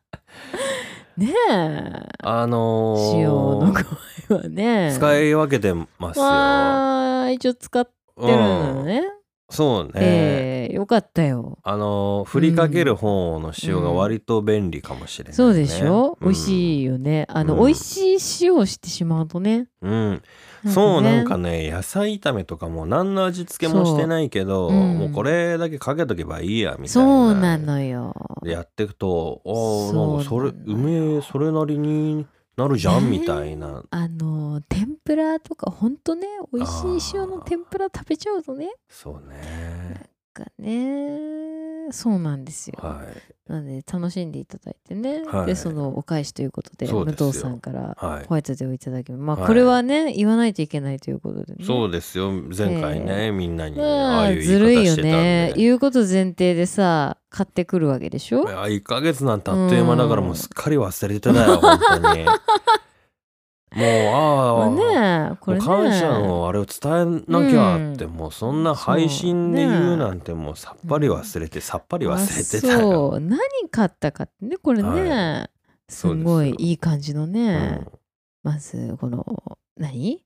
Speaker 2: ねえ
Speaker 1: あのー
Speaker 2: 塩の具合はね
Speaker 1: 使い分けてますよ、
Speaker 2: まあ一応使ってるのね、
Speaker 1: そうね、
Speaker 2: ええよかったよ
Speaker 1: あの振りかける方の塩が割と便利かもしれない、ね
Speaker 2: そうでしょ、美味
Speaker 1: い、
Speaker 2: しいよねあの、
Speaker 1: うん
Speaker 2: 美味しい塩をしてしまうとね
Speaker 1: うん
Speaker 2: ね
Speaker 1: そうなんかね野菜炒めとかも何の味付けもしてないけど、
Speaker 2: そううん
Speaker 1: もうこれだけかけとけばいいやみたいな
Speaker 2: そうなのよ
Speaker 1: でやっていくとああなんかそ
Speaker 2: そう
Speaker 1: れ
Speaker 2: なのよ
Speaker 1: うめえそれなりになるじゃん、
Speaker 2: ね
Speaker 1: みたいな
Speaker 2: あの天ぷらとかほんとね美味しい塩の天ぷら食べちゃうとね
Speaker 1: そうね
Speaker 2: なんかねそうなんですよ、
Speaker 1: は
Speaker 2: なので楽しんでいただいてね、
Speaker 1: はい
Speaker 2: でそのお返しということで
Speaker 1: そうで
Speaker 2: 武
Speaker 1: す
Speaker 2: 藤
Speaker 1: よ
Speaker 2: さんから
Speaker 1: いは
Speaker 2: ホ
Speaker 1: い
Speaker 2: ワイトデーをいただきま
Speaker 1: はい
Speaker 2: あこれはね、言わないといけないということでね
Speaker 1: そうですよ前回ね、
Speaker 2: え
Speaker 1: みんなにあ
Speaker 2: ま
Speaker 1: あ
Speaker 2: あ
Speaker 1: いう
Speaker 2: ず
Speaker 1: 言
Speaker 2: る
Speaker 1: い方
Speaker 2: い
Speaker 1: し
Speaker 2: よ
Speaker 1: てたんで、
Speaker 2: ね言うこと前提でさ買ってくるわけでしょ
Speaker 1: いや1ヶ月なんてあっという間だからもうすっかり忘れ てたよ本当にもうあ
Speaker 2: ま
Speaker 1: あ、
Speaker 2: あねこれ
Speaker 1: もう
Speaker 2: ね
Speaker 1: 感謝のあれを伝えなきゃって、
Speaker 2: うん
Speaker 1: もうそんな配信で
Speaker 2: そうね
Speaker 1: 言うなんてもうさっぱり忘れて、さっぱり忘れてた
Speaker 2: あ
Speaker 1: よ、
Speaker 2: そう何買ったかってねこれね、
Speaker 1: は
Speaker 2: すんごい
Speaker 1: そうですよ
Speaker 2: いい感じの
Speaker 1: う
Speaker 2: ね、
Speaker 1: ん
Speaker 2: まずこの何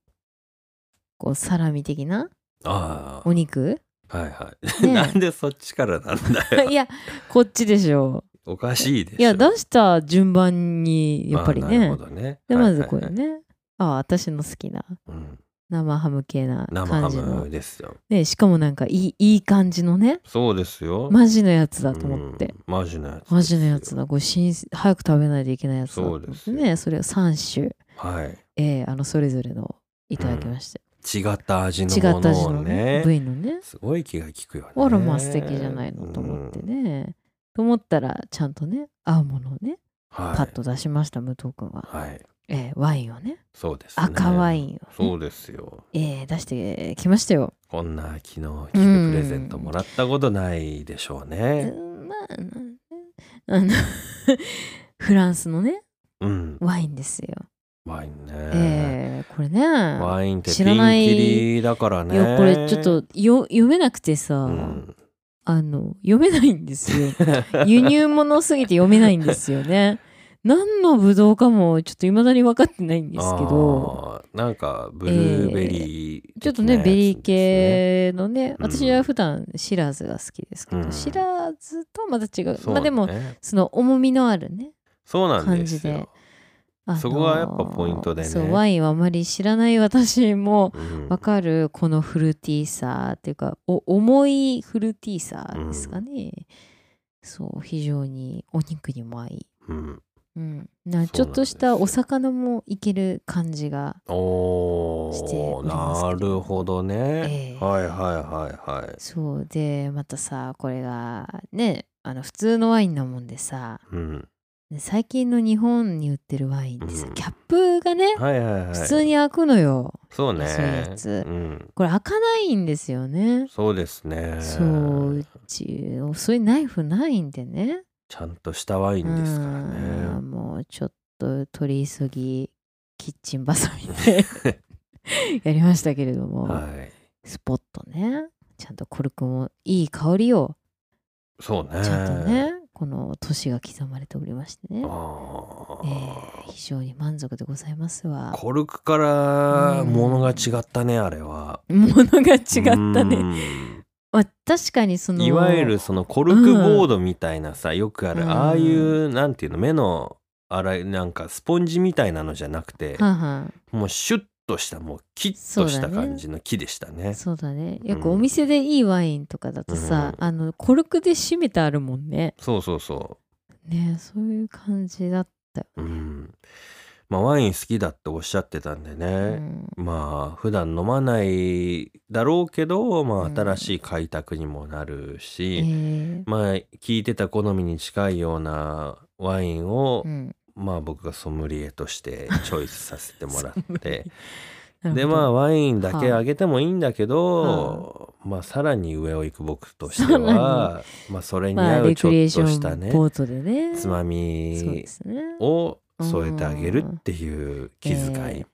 Speaker 2: こうサラミ的な
Speaker 1: あ
Speaker 2: お 肉
Speaker 1: あはいはい、
Speaker 2: ね
Speaker 1: なんでそっちからなん だよ
Speaker 2: いやこっちでしょ
Speaker 1: おかしいでしょ
Speaker 2: いや出した順番にやっぱり
Speaker 1: まあな
Speaker 2: ね,、
Speaker 1: るほどね
Speaker 2: で
Speaker 1: は
Speaker 2: ま
Speaker 1: いはい
Speaker 2: ず
Speaker 1: はい
Speaker 2: これね、ああ私の好きな
Speaker 1: うん、
Speaker 2: 生ハム系な
Speaker 1: 生
Speaker 2: 感
Speaker 1: ハ
Speaker 2: じの
Speaker 1: ム、ですよ
Speaker 2: ね、しかもなんかいいいい感じのね
Speaker 1: そうですよ
Speaker 2: マジのやつだと思って、
Speaker 1: うんマジのやつですよ
Speaker 2: マジのやつだこれ新鮮早く食べないといけないやつだと思って
Speaker 1: そうです
Speaker 2: ねそれを3種、
Speaker 1: はい
Speaker 2: えーあのそれぞれのいただきまして、
Speaker 1: 違った味の
Speaker 2: 違
Speaker 1: も
Speaker 2: った味
Speaker 1: の
Speaker 2: の
Speaker 1: を
Speaker 2: ね
Speaker 1: ね
Speaker 2: 部位のね
Speaker 1: すごい気が利くよね。
Speaker 2: あらまあ素敵じゃないのと思ってね、と思ったらちゃんとね合うものをね
Speaker 1: うん。はい、
Speaker 2: パッと出しました、武藤君は、
Speaker 1: はい。
Speaker 2: えーワインをね
Speaker 1: そうです、ね。
Speaker 2: 赤ワ
Speaker 1: ン。
Speaker 2: インをね、
Speaker 1: そうですよ。
Speaker 2: えー出してきましたよ、
Speaker 1: こんな昨日聞くプレゼントもらったことないでしょうね。
Speaker 2: うんまあなんあの フランスのね
Speaker 1: うん。
Speaker 2: ワインですよ、
Speaker 1: ワインね、
Speaker 2: えーこれね
Speaker 1: ワインってピ
Speaker 2: 知ら
Speaker 1: ン
Speaker 2: ない
Speaker 1: キリだから
Speaker 2: い
Speaker 1: ね。
Speaker 2: やこれちょっと、よ読めなくてさ、
Speaker 1: うん、
Speaker 2: あの読めないんです よ輸入物すぎて読めないんですよね何のブドウかもちょっと未だに分かってないんですけど
Speaker 1: あー。なんかブルーベリー、
Speaker 2: ちょっとねベリー
Speaker 1: 系。
Speaker 2: 系のね
Speaker 1: うん
Speaker 2: 私は普段シラーズが好きですけど、
Speaker 1: うん
Speaker 2: シラーズとはまた違う
Speaker 1: そう
Speaker 2: まあ
Speaker 1: ね
Speaker 2: でもその重みのあるね
Speaker 1: そうなんですよ。
Speaker 2: あのー
Speaker 1: そこがやっぱポイントでね
Speaker 2: そうワインはあまり知らない私も
Speaker 1: うん
Speaker 2: わかるこのフルーティーさっていうかお重いフルーティーさですかね、そう非常にお肉にも合い、
Speaker 1: うん、
Speaker 2: うん、
Speaker 1: なん
Speaker 2: な
Speaker 1: です
Speaker 2: ち
Speaker 1: よ
Speaker 2: ょっとしたお魚もいける感じが
Speaker 1: お
Speaker 2: してお
Speaker 1: ー
Speaker 2: ります
Speaker 1: な
Speaker 2: けど
Speaker 1: るほどね、
Speaker 2: ええ
Speaker 1: はいはいはいはい、
Speaker 2: そうでまたさこれがねあの普通のワインなもんでさ
Speaker 1: うん、
Speaker 2: 最近の日本に売ってるワインってさ、
Speaker 1: うん
Speaker 2: キャップがね、
Speaker 1: はいはいはい
Speaker 2: 普通に開くのよ
Speaker 1: そうね
Speaker 2: そういうやつ
Speaker 1: うん、
Speaker 2: これ開かないんですよね
Speaker 1: そうですね
Speaker 2: そううちそういうナイフないんでね
Speaker 1: ちゃんとしたワインですから
Speaker 2: う
Speaker 1: ね
Speaker 2: んもうちょっと取り急ぎキッチンバサミで やりましたけれども、
Speaker 1: はい
Speaker 2: スポッとねちゃんとコルクもいい香りを
Speaker 1: そうね
Speaker 2: ちゃんとね、この年が刻まれておりましてね、
Speaker 1: あ
Speaker 2: え
Speaker 1: ー
Speaker 2: ー非常に満足でございますわ
Speaker 1: コルクから物が違ったね、あれは。
Speaker 2: ものが違ったね、
Speaker 1: ね。
Speaker 2: まあ、確かにその
Speaker 1: いわゆるそのコルクボードみたいなさ、よくあ
Speaker 2: う
Speaker 1: る
Speaker 2: ん
Speaker 1: ああいうなんていうの目の洗いなんかスポンジみたいなのじゃなくて、
Speaker 2: はんはん
Speaker 1: もうシュッとしたもうキッとした感じの木でしたね。
Speaker 2: そうだねよ
Speaker 1: う
Speaker 2: く
Speaker 1: ん
Speaker 2: お店でいいワインとかだとさ、
Speaker 1: うん
Speaker 2: あのコルクで締めてあるもんね
Speaker 1: そうそうそ
Speaker 2: ねそういう感じだったよ
Speaker 1: う。うん。まあワイン好きだっておっしゃってたんで
Speaker 2: う
Speaker 1: ね。
Speaker 2: ん
Speaker 1: まあ普段飲まないだろうけど、ま
Speaker 2: う
Speaker 1: あ
Speaker 2: ん
Speaker 1: 新しい開拓にもなる
Speaker 2: え
Speaker 1: し、
Speaker 2: ー
Speaker 1: まあ聞いてた好みに近いようなワインを、
Speaker 2: うん
Speaker 1: まあ僕がソムリエとしてチョイスさせてもら
Speaker 2: ソムリ
Speaker 1: って
Speaker 2: なるほど
Speaker 1: でまあワインだけあげてもいいんだけど、まあさらに上を行く僕として
Speaker 2: さら
Speaker 1: はまあそれに
Speaker 2: まあ
Speaker 1: 合う
Speaker 2: レ
Speaker 1: ち
Speaker 2: ク
Speaker 1: ょっ
Speaker 2: リエー
Speaker 1: と
Speaker 2: ショ
Speaker 1: したね
Speaker 2: ンボートでね
Speaker 1: つま
Speaker 2: そうで
Speaker 1: み
Speaker 2: すね
Speaker 1: を添えてあげるっていう気遣い、
Speaker 2: えー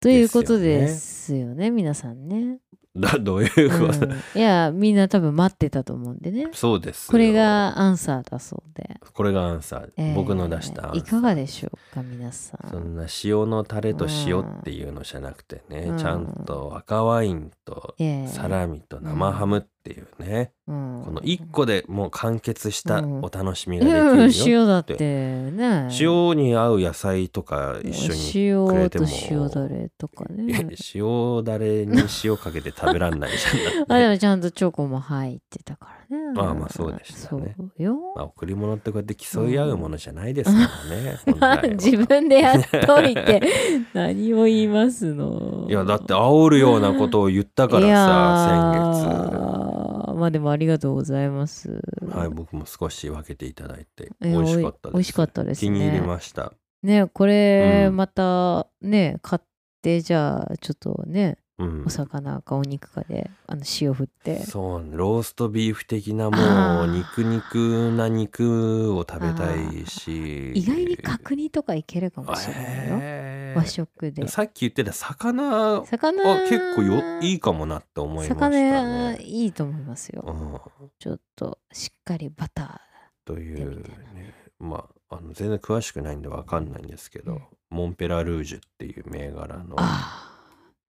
Speaker 2: ということ
Speaker 1: で
Speaker 2: ですよね皆さんね、
Speaker 1: だどういう
Speaker 2: う
Speaker 1: こと、
Speaker 2: んいやみんな多分待ってたと思うんでね
Speaker 1: そうですよ
Speaker 2: これがアンサーだそうで、
Speaker 1: これがアンサー、
Speaker 2: えー
Speaker 1: 僕の出したアンサー
Speaker 2: いかがでしょうか皆さ
Speaker 1: そ
Speaker 2: ん
Speaker 1: んな塩のタレと塩っていうのじゃなくてね、
Speaker 2: うん
Speaker 1: ちゃんと赤ワインと
Speaker 2: ええ
Speaker 1: サラミと生ハムっていうね、
Speaker 2: うん
Speaker 1: この1個でもう完結した
Speaker 2: うん
Speaker 1: お楽しみができるよ、
Speaker 2: うん 塩だってね
Speaker 1: 塩に合う野菜とか一緒にくれ
Speaker 2: 塩
Speaker 1: て
Speaker 2: と
Speaker 1: も
Speaker 2: 塩だれとかね
Speaker 1: 塩だれに塩かけて食べらんないじゃ ん
Speaker 2: あでもちゃんとチョコも入ってたからね
Speaker 1: まあまあそうでしたね
Speaker 2: そうよ
Speaker 1: まあ贈り物ってこうやって競い合うものじゃないですか らね、本来は
Speaker 2: 自分でやっといて 何を言いますの
Speaker 1: いやだって煽るようなことを言ったからさ
Speaker 2: いや
Speaker 1: 先月
Speaker 2: ーまあでもありがとうございます。
Speaker 1: はい、僕も少し分けていただいて、
Speaker 2: えー
Speaker 1: 美味しかったです。
Speaker 2: おい美味しかったですね
Speaker 1: 気に入りました。
Speaker 2: ねこれ
Speaker 1: うん
Speaker 2: またね買ってじゃあちょっとね
Speaker 1: うん
Speaker 2: お。魚かお肉かであの塩振って
Speaker 1: そうね、ローストビーフ的なも
Speaker 2: あ
Speaker 1: う
Speaker 2: ー
Speaker 1: 肉肉な肉を食べたいし
Speaker 2: 意外に角煮とかいけるかもしれないよ
Speaker 1: えー
Speaker 2: 和食で
Speaker 1: さっき言ってた魚は
Speaker 2: 魚
Speaker 1: 結構よいいかもなって思いました
Speaker 2: 魚
Speaker 1: ね。
Speaker 2: いいと思いますよ、
Speaker 1: うん、
Speaker 2: ちょっとしっかりバタ
Speaker 1: とい
Speaker 2: み
Speaker 1: う
Speaker 2: たいな
Speaker 1: ねまああの全然詳しくないんでわかんないんですけど、
Speaker 2: うん
Speaker 1: モンペラルージュっていう銘柄の
Speaker 2: ーあ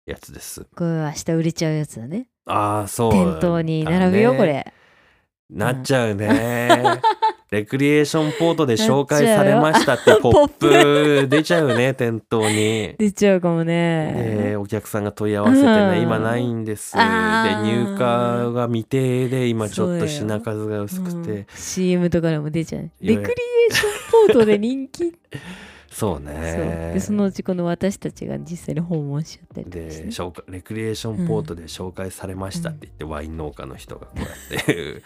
Speaker 1: やつです。
Speaker 2: ーこれ明日売れちゃうやつだね
Speaker 1: ああそう
Speaker 2: 店頭に並ぶよ
Speaker 1: だね
Speaker 2: これ
Speaker 1: なっちゃうね。レクリエーションポートで紹介されまし たってポッ
Speaker 2: な
Speaker 1: プ出ちゃうね、店頭に。
Speaker 2: 出ちゃうかもね
Speaker 1: で、お客さんが問い合わせ
Speaker 2: う
Speaker 1: てね、
Speaker 2: ん
Speaker 1: 今ないんです。で、
Speaker 2: あー
Speaker 1: 入荷が未定で、今ちょっと
Speaker 2: そうだ
Speaker 1: 品
Speaker 2: よ
Speaker 1: 数が薄く
Speaker 2: う
Speaker 1: て
Speaker 2: ん。CM とかでも出ちゃう
Speaker 1: い
Speaker 2: レ
Speaker 1: わゆる
Speaker 2: クリエーションポートで人 気
Speaker 1: そう
Speaker 2: そうで
Speaker 1: ね。
Speaker 2: そのうちこの私たちが実際に訪問しちゃったりとかして
Speaker 1: で
Speaker 2: ね
Speaker 1: 紹介レクリエーションポートで紹介されましたって言って、ワイン農家の人がこうやっ て映ってる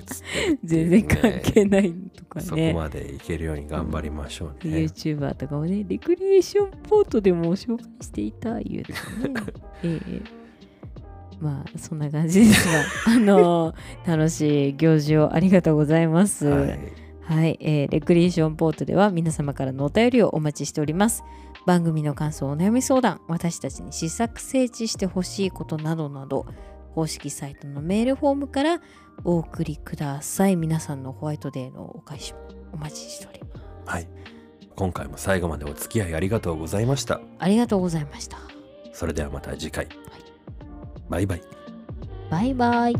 Speaker 1: っていう
Speaker 2: 全
Speaker 1: ね
Speaker 2: 然関係ないとか
Speaker 1: そこ
Speaker 2: ね
Speaker 1: までいけるように頑張りましょうね。
Speaker 2: YouTuber とかもねレクリエーションポートでも紹介していた言うてね ええまあそんな感じですがあの楽しい行事をありがとうございます、
Speaker 1: はい
Speaker 2: はい、えーレクリエーションポートでは皆様からのお便りをお待ちしております。番組の感想、お悩み相談、私たちに試作整地してほしいことなどなど、公式サイトのメールフォームからお送りください。皆さんのホワイトデーのお返しもお待ちしております。
Speaker 1: はい。今回も最後までお付き合いありがとうございました。
Speaker 2: ありがとうございました。
Speaker 1: それではまた次回。バイバイ。
Speaker 2: バイバイ。